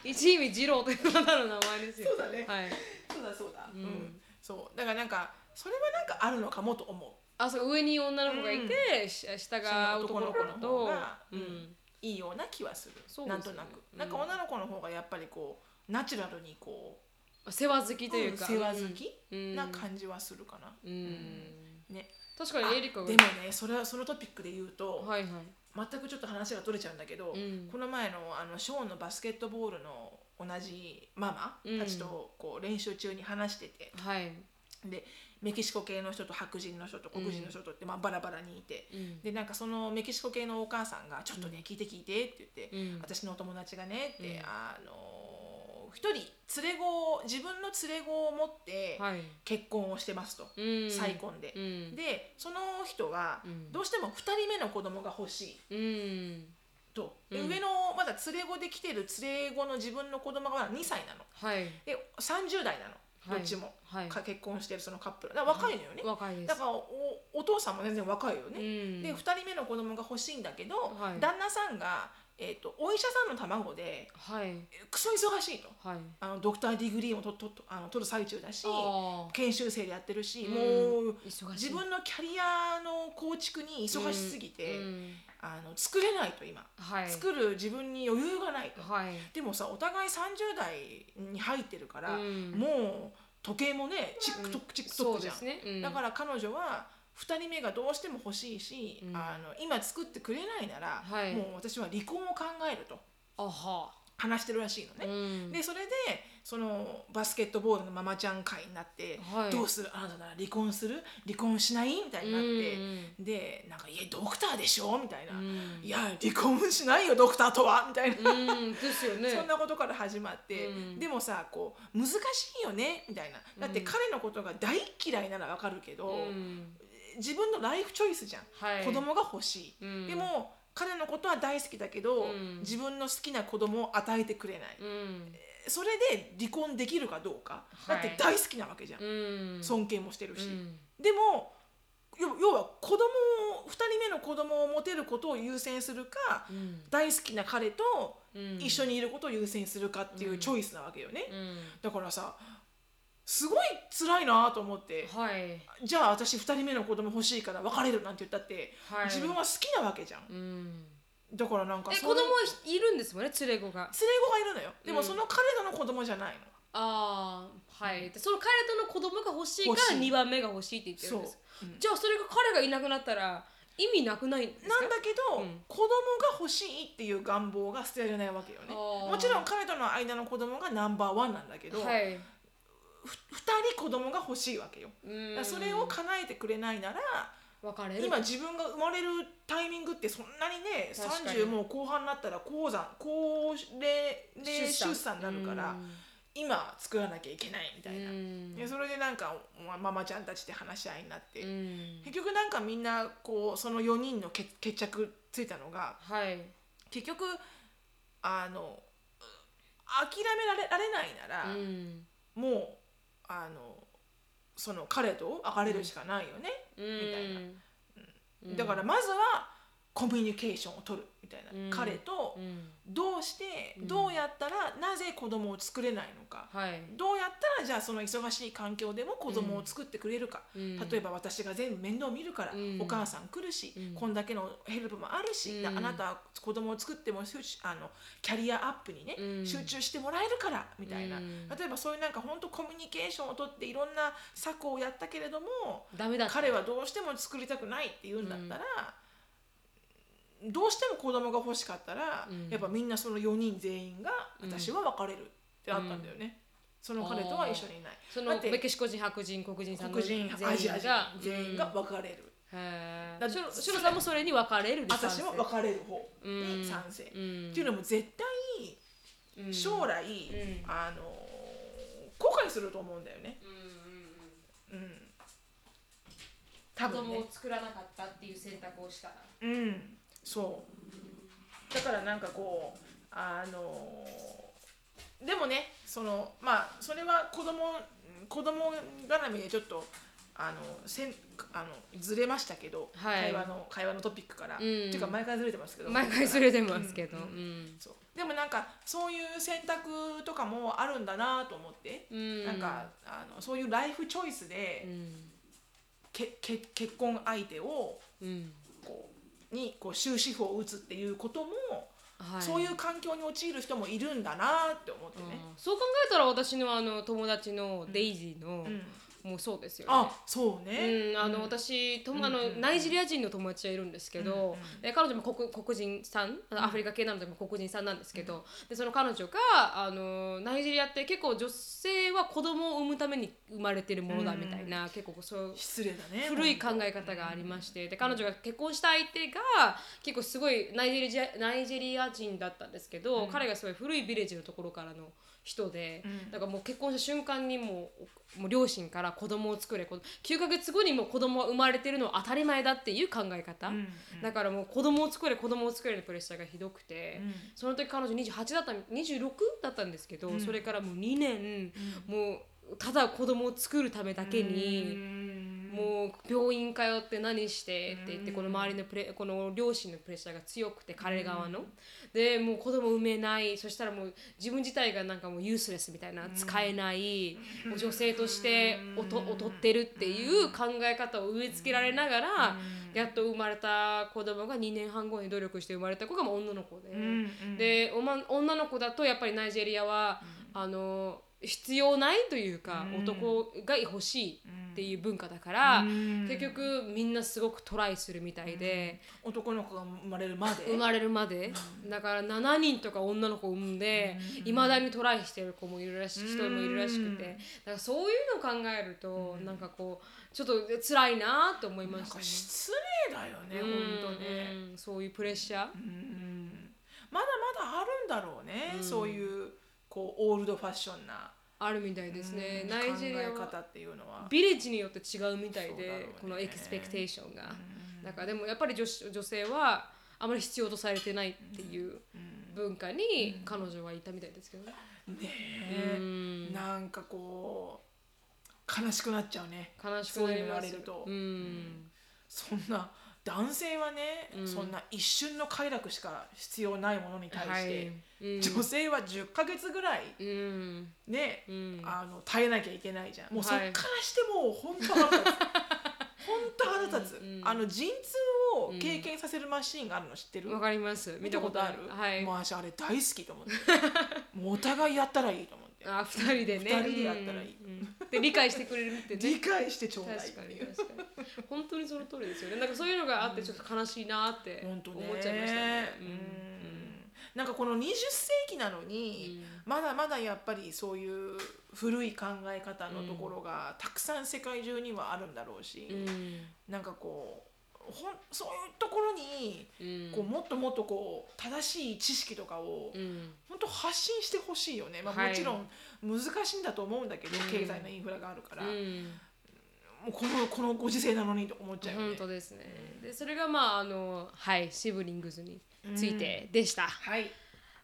S1: 一姫二郎というただの名前ですよ
S2: そうだね
S1: はい
S2: そうだそうだ。
S1: う
S2: うんん。そうだからなんかそれはなんかあるのかもと思う。
S1: あそう上に女の子がいて、し下が男の子だ
S2: その男の
S1: と
S2: 子の方が
S1: う
S2: うん
S1: ん
S2: いいような気はする。
S1: そうで
S2: な
S1: す
S2: ん
S1: ね
S2: となく、
S1: うん
S2: なんか女の子の方がやっぱりこうナチュラルにこ
S1: 世話好
S2: う、
S1: きというか、
S2: 世話好き
S1: うん
S2: な感じはするかな。
S1: うん、
S2: ね。
S1: 確かにエリカ
S2: あ
S1: が
S2: でもねそれはそのトピックで言うと、
S1: はいはい
S2: 全くちょっと話が取れちゃうんだけど、
S1: うん
S2: この前のあのショーンのバスケットボールの同じママたちとこう練習中に話してて、
S1: はい、
S2: でメキシコ系の人と白人の人と黒人の人とって、まあ、バラバラにいて
S1: うん
S2: でなんかそのメキシコ系のお母さんが「ちょっとね、聞いて聞いて」って言って、
S1: うん
S2: 私のお友達がね」って、
S1: うん
S2: あのー一人連れ子を自分の連れ子を持って
S1: はい
S2: 結婚をしてますと、
S1: うん
S2: 再婚で
S1: う。ん
S2: でその人は
S1: うん
S2: どうしても2人目の子供が欲しい
S1: うん
S2: と、で
S1: うん
S2: 上のまだ連れ子で来てる連れ子の自分の子供がまだ2歳なの
S1: はい
S2: で30代なの
S1: は
S2: ど
S1: い
S2: っちも、
S1: はい
S2: か結婚してるそのカップルだから若いのよね、
S1: 若いです
S2: だからおお父さんも全然若いよね、
S1: うん
S2: で2人目の子供が欲しいんだけど、
S1: はい
S2: 旦那さんが、えー、とお医者さんの卵で
S1: はい
S2: えクソ忙しいと
S1: はい
S2: あのドクターディグリーンをとととあの取る最中だし
S1: あ
S2: 研修生でやってるし、
S1: うん
S2: もう
S1: 忙しい
S2: 自分のキャリアの構築に忙しすぎて、
S1: うんうん
S2: あの作れないと今、
S1: はい
S2: 作る自分に余裕がないと、
S1: はい
S2: でもさお互い30代に入ってるから、
S1: うん
S2: もう時計もねチックトックチックト
S1: そ
S2: ック
S1: う
S2: じ
S1: で
S2: ゃん
S1: す、ね、うん、
S2: だから彼女は2人目がどうしても欲しいし、
S1: うん
S2: あの今作ってくれないなら、
S1: はい
S2: もう私は離婚を考えると
S1: あは
S2: 話してるらしいのね。
S1: うん
S2: でそれでそのバスケットボールのママちゃん会になって、
S1: はい
S2: どうするあなたなら離婚する離婚しないみたいになって、
S1: うん
S2: でなんか「いやドクターでしょ」みたいな「
S1: うん
S2: いや離婚しないよドクターとは」みたいな、
S1: うんですよね
S2: *laughs* そんなことから始まって、
S1: うん
S2: でもさこう難しいよねみたいなだって彼のことが大嫌いならわかるけど、
S1: うん
S2: 自分のライフチョイスじゃん、
S1: はい
S2: 子供が欲しい、
S1: うん
S2: でも彼のことは大好きだけど、
S1: うん
S2: 自分の好きな子供を与えてくれない、
S1: うん
S2: それで離婚できるかどうか、
S1: はい
S2: だって大好きなわけじゃん、
S1: うん
S2: 尊敬もしてる
S1: う
S2: し、
S1: ん
S2: でも要要は子供を2人目の子供を持てることを優先するか、
S1: うん
S2: 大好きな彼と
S1: うん
S2: 一緒にいることを優先するかっていうチョイスなわけよね、
S1: うん
S2: だからさすごい辛いなと思って、
S1: はい
S2: じゃあ私2人目の子供欲しいから別れるなんて言ったって、
S1: はい
S2: 自分は好きなわけじゃん
S1: うん
S2: だからなんか
S1: え子
S2: その
S1: 供いるんですもんね連れ子が
S2: 連れ子がいるのよでも
S1: うん
S2: その彼らの子供じゃないの、
S1: ああはい、でその彼との子供が欲しいか
S2: 欲し
S1: ら
S2: い
S1: 2番目が欲しいって言ってる
S2: そ
S1: ん
S2: う
S1: です、
S2: うん
S1: じゃあそれが彼がいなくなったら意味なくないんですか
S2: なんだけど、
S1: うん
S2: 子供が欲しいっていう願望が捨てられないわけよね
S1: あー
S2: もちろん彼との間の子供がナンバーワンなんだけど、二
S1: はい
S2: 人子供が欲しいわけよ
S1: う
S2: だ
S1: ー
S2: か
S1: ん
S2: らそれを叶えてくれないなら
S1: 別れる
S2: 今自分が生まれるタイミングってそんなにね
S1: 確かに
S2: 30もう後半になったら高山高齢齢出産になるから今作らなきゃいけないみたいな、
S1: うん
S2: でそれでなんかまママちゃんたちで話し合いになって、
S1: うん
S2: 結局なんかみんなこうその4人の決決着ついたのが
S1: はい
S2: 結局あの諦められられないなら、
S1: うん
S2: もうあのその彼と別れるしかないよね、
S1: うんうん
S2: だからまずはコミュニケーションを取るみたいな、
S1: うん
S2: 彼と
S1: うん
S2: どうして
S1: うん
S2: どうやったらなぜ子供を作れないのか、
S1: はい
S2: どうやったらじゃあその忙しい環境でも子供を作ってくれるか、
S1: うん
S2: 例えば私が全部面倒見るから、
S1: うん
S2: お母さん来るし、
S1: うん
S2: こんだけのヘルプもあるし、
S1: うん
S2: であなたは子供を作っても集中あのキャリアアップにね、
S1: うん
S2: 集中してもらえるからみたいな、
S1: うん
S2: 例えばそういうなんか本当コミュニケーションをとっていろんな策をやったけれども
S1: ダメだった
S2: *laughs* 彼はどうしても作りたくないって言うんだったら、どうしても子供が欲しかったら、
S1: うん
S2: やっぱみんなその4人全員が
S1: うん
S2: 私は別れるってあったんだよね。その彼とは一緒にいない。
S1: そ
S2: だ
S1: の
S2: って
S1: メキシコ人白人黒人さんの
S2: 黒人
S1: 全員
S2: アジア人
S1: が
S2: 全員が
S1: うん
S2: 別れる、
S1: へ
S2: だ
S1: え
S2: って
S1: シュロシュロさんもそれに別れるに賛
S2: 私
S1: 成
S2: も別れる方
S1: う
S2: に
S1: ん
S2: 賛成、
S1: うん
S2: っていうのも絶
S1: う
S2: 対
S1: ん
S2: 将来、
S1: うん
S2: あのー後悔すると思うんだよね、
S1: うんうんうん
S2: うん、
S1: 子
S2: 多分
S1: 供
S2: ね
S1: を作らなかったっていう選択をしたら
S2: うんそうだからなんかこうあのーでもねそのまあそれは子供子供絡みでちょっとあのせんあのずれましたけど、
S1: はい
S2: 会話の会話のトピックから、
S1: ん
S2: っていうか毎回ずれてますけど
S1: 毎回それでますけど、
S2: う
S1: うんん
S2: うんそうでもなんかそういう選択とかもあるんだなと思って、
S1: うん
S2: なんかあのそういうライフチョイス
S1: う
S2: で、
S1: ん
S2: けけ結婚相手を
S1: うん
S2: こうにこう終止符を打つっていうことも、
S1: は
S2: そういう環境に陥る人もいるんだなって思ってね。
S1: うんそう考えたら私のあの友達のデイジーの、
S2: うん
S1: もうそうですよね
S2: あそう
S1: う
S2: ね、
S1: ん、あの私ともあの
S2: うんうんうん
S1: ナイジェリア人の友達がいるんですけ
S2: うんうん
S1: ど、え彼女も黒黒人さんアフリカ系なのでも黒人さんなんですけど、でその彼女があのナイジェリアって結構女性は子供を産むために生まれてるものだみたいな、結構そう
S2: 失礼だね
S1: 古い考え方がありましてで彼女が結婚した相手が結構すごいナイジェリアナイジェリア人だったんですけど、
S2: うん
S1: 彼がすごい古いビレッジのところからの人で、
S2: うん
S1: だからもう結婚した瞬間にもうもう両親から子供を作れ子9ヶ月後にもう子供が生まれてるのは当たり前だっていう考え方、
S2: うんうん
S1: だからもう子供を作れ子供を作れのプレッシャーがひどくて。
S2: うん
S1: その時彼女28だった26だったんですけど、
S2: うん
S1: それからもう2年
S2: う
S1: もうただ子供を作るためだけに、
S2: うん
S1: もう病院通って何してって言って
S2: うん
S1: この周りのプレこの両親のプレッシャーが強くて彼側の、でもう子供産めないそしたらもう自分自体がなんかもうユースレスみたいな使えない、もう女性としておと劣ってるっていう考え方を植え付けられながら、やっと生まれた子供が2年半後に努力して生まれた子がもう女の子で。
S2: うんうん
S1: でおま女の子だとやっぱりナイジェリアは、あの必要ないというか、
S2: うん
S1: 男が欲しいっていう文化だから、
S2: うん
S1: 結局みんなすごくトライするみたいで、
S2: 男の子が生まれるまで
S1: 生まれるまで、だから7人とか女の子を産んでいま、未だにトライしてる子もいるらし人もいるらしくて、
S2: う
S1: だ
S2: ん
S1: からそういうのを考えると、なんかこうちょっと辛いなと思いま
S2: なん
S1: した
S2: か
S1: ね。
S2: 失礼だよ
S1: う
S2: ね、
S1: ん
S2: 本当ね、
S1: うんそういうプレッシャー、
S2: うんまだまだあるんだろうね、
S1: うん
S2: そういうこうオールドファッションな、
S1: あるみたいですね、
S2: うん
S1: ナイジェリア
S2: 考え
S1: は
S2: 方っていうのは、
S1: ビレッジによって違うみたい
S2: そうだ
S1: で、
S2: ろうね
S1: このエクスペクテーションが、
S2: うん
S1: だからでもやっぱり女子女性はあまり必要とされてないっていう文化に彼女はいたみたいですけどね、
S2: うんね
S1: う
S2: え、
S1: ん
S2: なんかこう悲しくなっちゃうね
S1: 悲しくなります
S2: そういうの言われると
S1: うん
S2: そんな男性はね、
S1: うん
S2: そんな一瞬の快楽しか必要ないものに対して、
S1: はいうん、
S2: 女性は10ヶ月ぐらい
S1: うん
S2: ね、
S1: うん
S2: あの耐えなきゃいけないじゃんもうそっ
S1: は
S2: から
S1: い
S2: してもう本当腹
S1: *laughs*
S2: 立つ本当腹立つ、
S1: うんうん
S2: あの陣痛を経験させるマシーンがあるの知ってる、
S1: わかります見
S2: 見
S1: た
S2: た
S1: こ
S2: ことと
S1: あ
S2: あ
S1: る
S2: る
S1: はい *laughs*
S2: もう私あれ大好きと思ってもうお互いやったらいいと思ってで
S1: あ二人でね
S2: 二人でやったらいい
S1: うんうんで理解してくれるってね
S2: 理解してちょうだいっ
S1: 確
S2: て
S1: かに
S2: いう
S1: 確かに本当にその通りですよねなんかそういうのがあってちょっと悲しいなって思
S2: 本
S1: っ
S2: 当ね
S1: ちゃいましたね
S2: う
S1: うんん
S2: なんかこの20世紀なのに、まだまだやっぱりそういう古い考え方のところがたくさん世界中にはあるんだろうし、
S1: うん
S2: なんかこうほんそういうところに
S1: うん
S2: こうもっともっとこう正しい知識とかを、
S1: うん
S2: 本当発信してほしいよね、まあ、
S1: はい
S2: もちろん難しいんだと思うんだけど、
S1: うん
S2: 経済のインフラがあるから、
S1: う
S2: も
S1: ん
S2: うこのこのご時世なのにと思っちゃうよ
S1: 本
S2: ね。
S1: 当ですねでそれがまああのはいシブリングズについてでした、
S2: はい、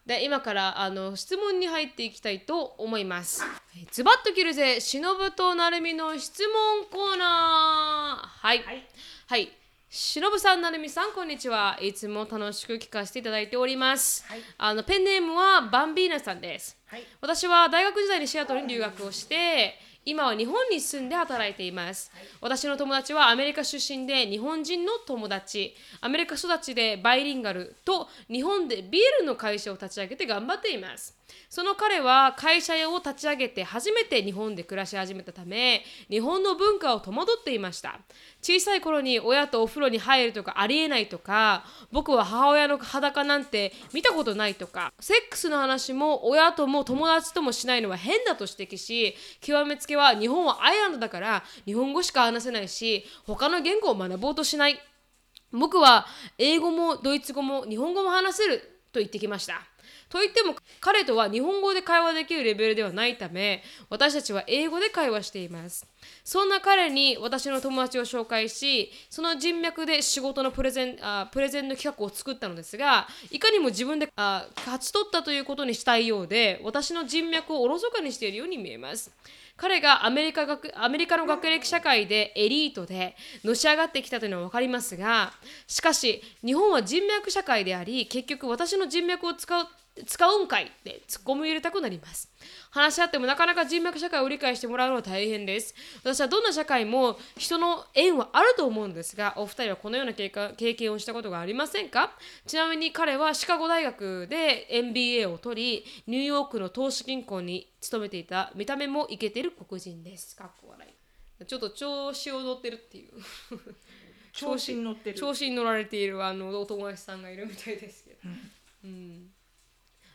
S1: で今からあの質問に入っていきたいと思いますはいズバッと切るぜしのぶとなるみの質問コーナーはい
S2: はい
S1: はい、しのぶさんなるみさんこんにちはいつも楽しく聞かせていただいております、
S2: はい
S1: あのペンネームはバンビーナさんです
S2: はい
S1: 私は大学時代にシアトルに留学をして今は日本に住んで働いています、私の友達はアメリカ出身で日本人の友達アメリカ育ちでバイリンガルと日本でビールの会社を立ち上げて頑張っていますその彼は会社を立ち上げて初めて日本で暮らし始めたため日本の文化を戸惑っていました小さい頃に親とお風呂に入るとかありえないとか僕は母親の裸なんて見たことないとかセックスの話も親とも友達ともしないのは変だと指摘し極めつけは日本はアイランドだから日本語しか話せないし他の言語を学ぼうとしない僕は英語もドイツ語も日本語も話せると言ってきました。と言っても彼とは日本語で会話できるレベルではないため私たちは英語で会話していますそんな彼に私の友達を紹介しその人脈で仕事のプレゼンあプレゼンの企画を作ったのですがいかにも自分であ勝ち取ったということにしたいようで私の人脈をおろそかにしているように見えます彼がアメリカ学アメリカの学歴社会でエリートでのし上がってきたというのは分かりますがしかし日本は人脈社会であり結局私の人脈を使う使うんかいってツッコミを入れたくなります話し合ってもなかなか人脈社会を理解してもらうのは大変です私はどんな社会も人の縁はあると思うんですがお二人はこのような経過経験をしたことがありませんかちなみに彼はシカゴ大学で MBA を取りニューヨークの投資銀行に勤めていた見た目もイケてる黒人ですかっこ笑いちょっと調子を乗ってるっていう
S2: 調子に乗ってる
S1: 調子に乗られているあのお友達さんがいるみたいですけど、うん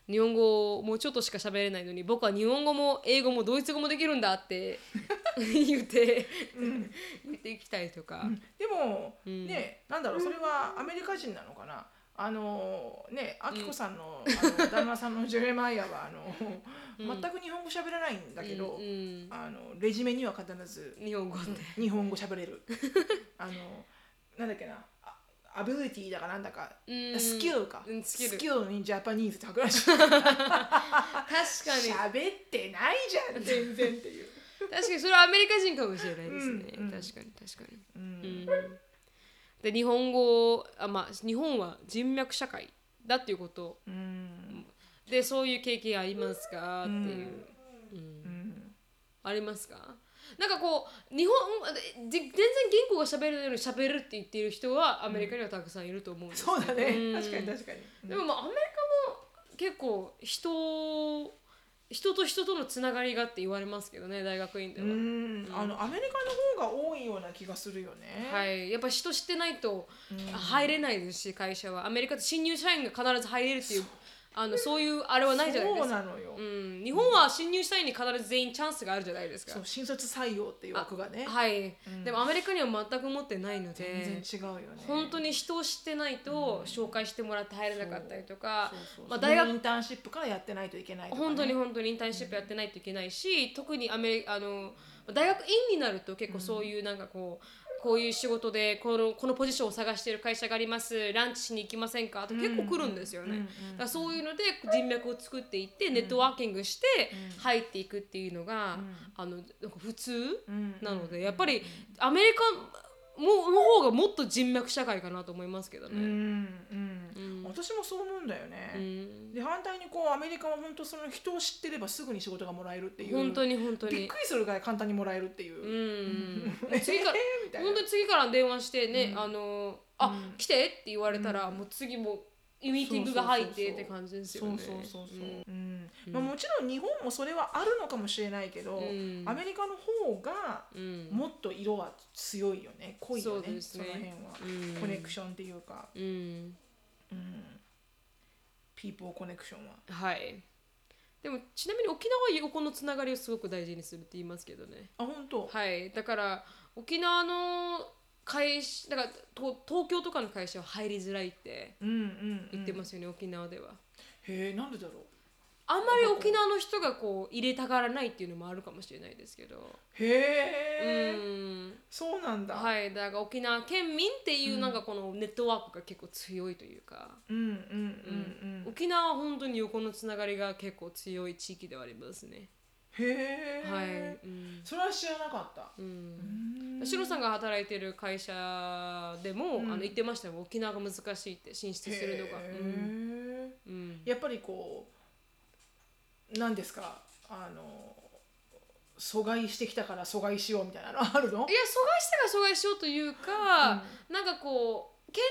S1: 日本語をもうちょっとしか喋れないのに僕は日本語も英語もドイツ語もできるんだって
S2: *laughs*
S1: 言って、言ってきたりとか、
S2: でも、
S1: うん
S2: ねなんだろうそれはアメリカ人なのかなあのねあきこさんの,、あの旦那さんのジェレマイアはあの、全く日本語喋らないんだけど、
S1: うんうん
S2: あのレジュメには必ず
S1: 日本語って、
S2: 日本語喋
S1: *laughs*
S2: れるあのなんだっけなあアビリティだかなんだか、
S1: うん
S2: スキルか、
S1: うんスキル
S2: にジャパニーズって書くらしい
S1: 確か
S2: *laughs*
S1: に
S2: 喋ってないじゃん全然っていう、
S1: 確かにそれはアメリカ人かもしれないですね、
S2: うんうん
S1: 確かに確かに、
S2: うん
S1: うん、で日本語をあまあ日本は人脈社会だっていうこと
S2: うん
S1: でそういう経験ありますかっていう、
S2: うん
S1: ありますかなんかこう日本で全然言語が喋れるように喋るって言っている人はアメリカにはたくさんいると思うんですけど
S2: そうだね、
S1: うん
S2: 確かに確かに、うん
S1: でもまあアメリカも結構人人と人とのつながりがって言われますけどね大学院で
S2: う
S1: は、
S2: ん、あのアメリカの方が多いような気がするよね。
S1: はい、やっぱ人知ってないと入れないですし会社はアメリカって新入社員が必ず入れるっていうあのそういうあれはないじゃないで
S2: そ
S1: す
S2: う
S1: か、
S2: なのよ。
S1: うん、日本は新入社員に必ず全員チャンスがあるじゃないですか
S2: そう新卒採用っていう枠がね、
S1: はい、
S2: うん
S1: でもアメリカには全く持ってないので
S2: 全然違うよね。
S1: 本当に人を知ってないと紹介してもらって入れなかったりとか
S2: そうそうそう
S1: まあ大学
S2: そのインターンシップからやってないといけないとかね。
S1: 本当に本当にインターンシップやってないといけないし、特にアメリあの大学院になると結構そういうなんかこう、こういう仕事でこのこのポジションを探している会社がありますランチしに行きませんかと結構来るんですよね、
S2: うんうん
S1: だからそういうので人脈を作っていってネットワーキングして入っていくっていうのが、あのなんか普通、
S2: うん
S1: なのでやっぱりアメリカもの方がもっと人脈社会かなと思いますけど
S2: うんう
S1: ね。
S2: ん私もそう思うんだよね。
S1: うん
S2: で反対にこうアメリカは本当その人を知ってればすぐに仕事がもらえるっていう。
S1: 本当に本当
S2: びっ
S1: に
S2: く。りするぐらい簡単にもらえるっていう。
S1: うん。
S2: えー
S1: 次から
S2: みたいな
S1: 本当に次から電話してね、あのあ、来てって言われたら、もう次もユニティブが入ってって感じです
S2: そ
S1: よ
S2: う
S1: ね
S2: そうそうそう、
S1: ん
S2: うんまあ、もちろん日本もそれはあるのかもしれないけど、
S1: うん
S2: アメリカの方が
S1: うん
S2: もっと色は強いよね濃いよね
S1: そうです
S2: の
S1: ね
S2: 辺は、
S1: うん
S2: コネクションっていうか、
S1: うん
S2: うん、ピーポーコネクションは
S1: はいでもちなみに沖縄は横のつながりをすごく大事にするって言いますけどね
S2: あ本当、
S1: はいだから沖縄の会社だからと東京とかの会社は入りづらいって
S2: うんうん、
S1: 言ってますすよね、沖縄では
S2: へえなんでだろう
S1: あんまり沖縄の人がこう入れたがらないっていうのもあるかもしれないですけど
S2: へえ、
S1: うん
S2: そうなんだ、
S1: はい、だから沖縄県民っていううんなんかこのネットワークが結構強いというか、
S2: うんうんうん
S1: うん
S2: うん
S1: 沖縄は本当に横のつながりが結構強い地域ではありますね。
S2: へえ、
S1: はい、うん
S2: それは知らなかった
S1: うん
S2: うん
S1: シロさんが働いてる会社でも、
S2: うん
S1: あの言ってましたよ沖縄が難しいって進出するのが。
S2: へ
S1: うん
S2: ー
S1: うん
S2: やっぱりこう何ですかあの阻害してきたから阻害しようみたいなのあるの
S1: いや阻害したら阻害しようというか、なんかこう県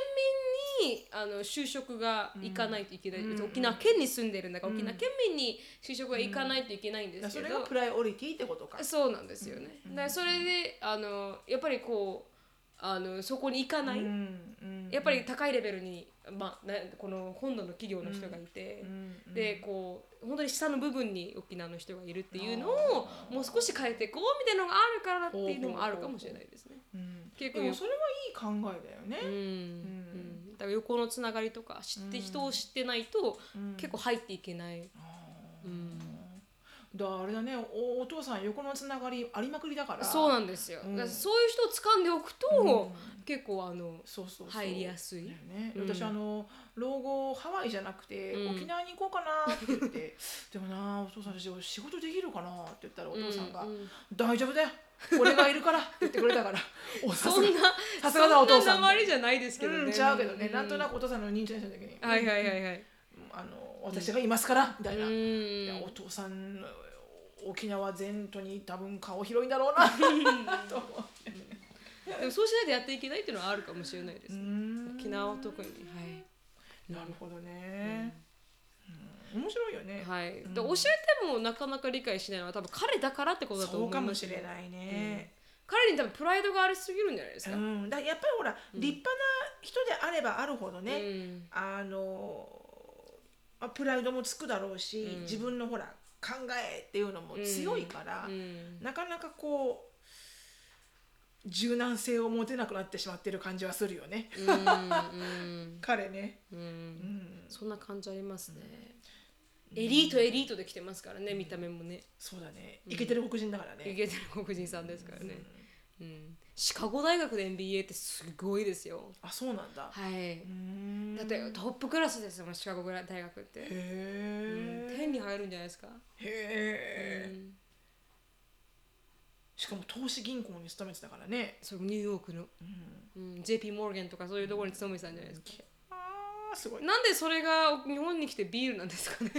S1: 民にあの就職が行かないといけない、
S2: うん
S1: 沖縄県に住んでるんだから、
S2: うん
S1: 沖縄県民に就職が行かないといけないんで
S2: だから
S1: す
S2: そ
S1: けど、
S2: れがプライオリティってことか。
S1: そうなんですよね、
S2: うん
S1: だからそれであのやっぱりこうあのそこに行かない、
S2: うんうん
S1: やっぱり高いレベルに、まあ、なこの本土の企業の人がいて、
S2: うんうん
S1: でこう本当に下の部分に沖縄の人がいるっていうのを
S2: あー
S1: もう少し変えていこうみたいなのがあるからっていうのもあるかもしれないですね。
S2: うん
S1: 結構
S2: でもそれはいい考えだよ
S1: うん
S2: ね。
S1: うんだから横のつながりとか知って人を知ってないと
S2: うん
S1: 結構入っていけない。うん
S2: だからあれだねおお父さん横のつながりありまくりだから
S1: そうなんですよ、
S2: うん
S1: だからそういう人を掴んでおくと、
S2: うん
S1: 結構あの
S2: そうそうそう
S1: 入りやすい
S2: だよ。ね、
S1: うん
S2: 私あの老後ハワイじゃなくて、
S1: うん
S2: 沖縄に行こうかなって言って *laughs* でもなお父さん私仕事できるかなって言ったらお父さんが「
S1: うう
S2: 大丈夫だよ俺がいるから」って言ってくれた
S1: *laughs*
S2: からおさ
S1: そ
S2: す
S1: ん
S2: が
S1: な、
S2: さすがだお父さ
S1: そ
S2: ん
S1: んな訛りじゃないですけどね。
S2: うん、ちゃうけどね、なんとな
S1: く。
S2: くお父さんの認知症した時に「
S1: はいはいはいはい。
S2: あの私がいますから」みたいな、
S1: う
S2: い
S1: ん
S2: やお父さん沖縄全土に多分顔広いんだ
S1: *laughs*
S2: ろうなと思う
S1: でもそうしないとやっていけないっていうのはあるかもしれないです
S2: う
S1: ね。
S2: ん
S1: 沖縄は特に。はい。
S2: なるほどね、うん面白いよね、
S1: はい、
S2: うん
S1: で教えてもなかなか理解しないのは多分彼だからってことだと
S2: そ
S1: 思
S2: う
S1: い
S2: かも
S1: ます
S2: しれない
S1: うん
S2: ね、
S1: 彼に多分プライドがありすぎるんじゃないです
S2: う
S1: か、
S2: んだからやっぱりほら、
S1: うん
S2: 立派な人であればあるほど
S1: う
S2: ね、
S1: ん
S2: あのまあプライドもつくだろうし、
S1: うん
S2: 自分のほら考えっていうのも強いから、
S1: うん
S2: なかなかこう柔軟性を持てなくなってしまってる感じはするよね、
S1: うんうん
S2: 彼ね、
S1: う
S2: うんん、
S1: そんな感じありますね、エリートエリートで来てますからね見た目もね
S2: そうだねイケてる黒人だから
S1: イ
S2: ね、
S1: ケてる黒人さんですからね、うん、シカゴ大学で MBA ってすごいですよ
S2: あそうなんだ、
S1: はい
S2: うん
S1: だってトップクラスですよシカゴ大学っ
S2: へ
S1: て、うん、
S2: え、
S1: 天に入るんじゃないですか、
S2: へえ、
S1: うん
S2: しかも投資銀行に勤めてたからね、
S1: そうニューヨークの、
S2: うん、
S1: うん、JP モルゲンとかそういうところに勤めてたんじゃないですか、
S2: あーすごい
S1: なんでそれが日本に来てビールなんですかね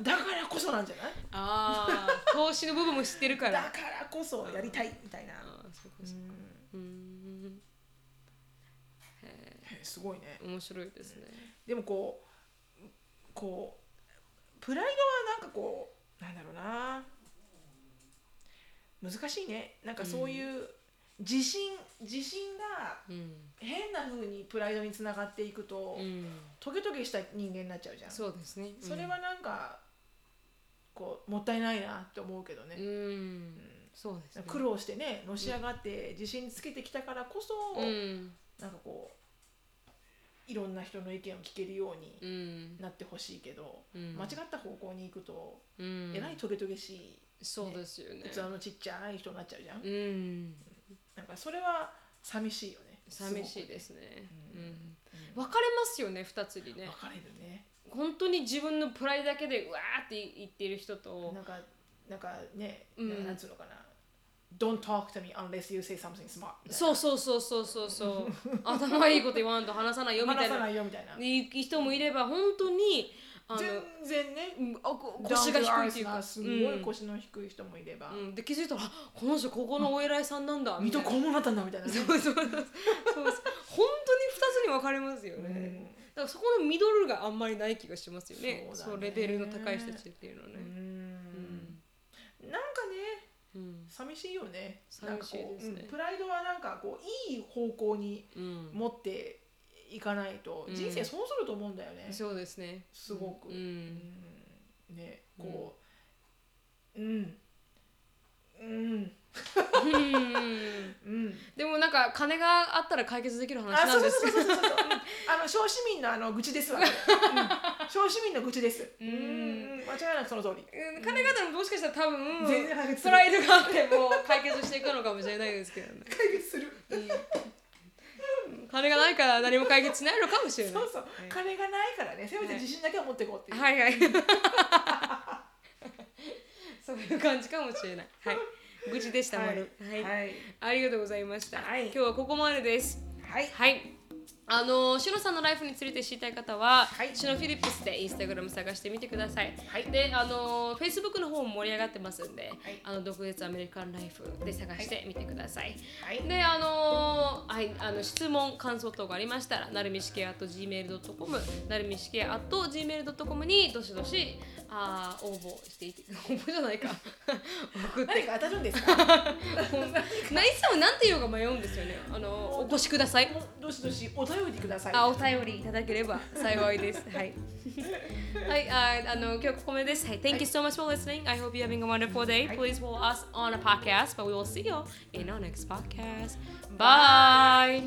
S2: だからこそなんじゃない
S1: ああ *laughs* 投資の部分も知ってるか
S2: だから
S1: あ
S2: らこそやりたいみたいな、
S1: あそうか
S2: う
S1: そうんうん
S2: へすごいね
S1: 面白いですね
S2: でもこうこうプライドはなんかこうなんだろうな難しいねなんかそういう自信、自信が
S1: うん、
S2: 変な風にプライドにつながっていくと、
S1: うん、
S2: トゲトゲした人間になっちゃうじゃん
S1: そうですね
S2: それはなんかこうもったいないなって思うけどね
S1: うん、うん、そうですね
S2: 苦労してねのし上がって自信つけてきたからこそ、
S1: うん
S2: なんかこういろんな人の意見を聞けるように
S1: うん
S2: なってほしいけど、
S1: うん
S2: 間違った方向に行くと、
S1: うん
S2: えらいトゲトゲしい
S1: そうですよね
S2: 器のちっちゃい人になっちゃうじゃん、
S1: うん
S2: なんかそれは寂しいよね
S1: 寂しいですね
S2: すごく
S1: う
S2: ね
S1: ん
S2: うん
S1: 分かれますよね2つにね
S2: 分かれるね
S1: 本当に自分のプライドだけでうわーって言ってる人と
S2: なんかなんかね、
S1: うん
S2: なんつうのかな Don't talk to me unless you say something smart みたいな
S1: そうそうそうそうそうそう頭いいこと言わんと話さないよみた
S2: 話
S1: い
S2: さ
S1: な
S2: ないよみたいな
S1: いう人もいれば本当にあの
S2: 全然ね
S1: うんあこ腰が低いっていう
S2: ダ
S1: か
S2: ンスアースなすご
S1: う
S2: い
S1: ん
S2: 腰の低い人もいれば、
S1: うん、で気づいたらあこの人ここのお偉いさんなんだみ
S2: 水
S1: たい
S2: 戸
S1: な
S2: こうもなったんだみたいなね
S1: そうそうそうそうそう本当に2つに分かれますよ
S2: う
S1: ね、だ
S2: ん
S1: からそこのミドルがあんまりない気がしますよね
S2: そうだね
S1: そうレベルの高い人たちっていうのはね
S2: う、ん
S1: ん
S2: なんかね
S1: うん
S2: 寂しいよね
S1: 寂しいですね
S2: なんかこううんプライドはなんかこういい方向に
S1: うん
S2: 持っていかないと
S1: うん
S2: 人生損すると思うんだよね、
S1: そうですね
S2: すごく
S1: う、
S2: うんんねこううんうん
S1: *laughs* うん、
S2: うん
S1: でもなんか金があったら解決できる話
S2: あ、
S1: な
S2: そ
S1: ん
S2: うそ
S1: で
S2: う
S1: す
S2: そう
S1: けど
S2: そうそうそう。あの小市民のあの愚痴ですわ。こ
S1: *laughs*
S2: れうん小市民の愚痴です。
S1: う
S2: うんん、間違いなくその通り。
S1: うん金があったらもしかしたら多分
S2: 全然解決す
S1: プ
S2: る。
S1: ライドがあっても解決していくのかもしれないですけどね、
S2: 解決する。
S1: うん、金がないから何も解決しないのかもしれない
S2: そうそう。金がないからね。せめて自信だけは持っていこうっていう。
S1: はいはい。そういう感じかもしれない。はい。愚痴でした、まるはい。
S2: はい。
S1: ありがとうございました。
S2: はい
S1: 今日はここまでです。
S2: はい。
S1: はい。あのー、シノさんのライフについて知りたい方は、
S2: はい
S1: シノフィリップスでインスタグラム探してみてください。
S2: はい
S1: で、あのー、Facebook の方も盛り上がってますんで、
S2: い
S1: あの、独立アメリカンライフで探してみてください
S2: はい。
S1: であのーはい、あの質問感想等がありましたらなるみしけあと gmail.com なるみしけあと gmail.com にどしどしあー応募していて *laughs* 応募じゃ
S2: *laughs*
S1: ないか送って
S2: 何か当たるんですか。
S1: ないつもなんて言うか迷うんですよねあのお越しください
S2: どしどしお便りください。
S1: あお便りいただければ幸いですはいはいああの今日ここまでですはい Thank you so much for listening I hope you're having a wonderful day
S2: はい
S1: Please follow us on a podcast but we will see you in our next podcast Bye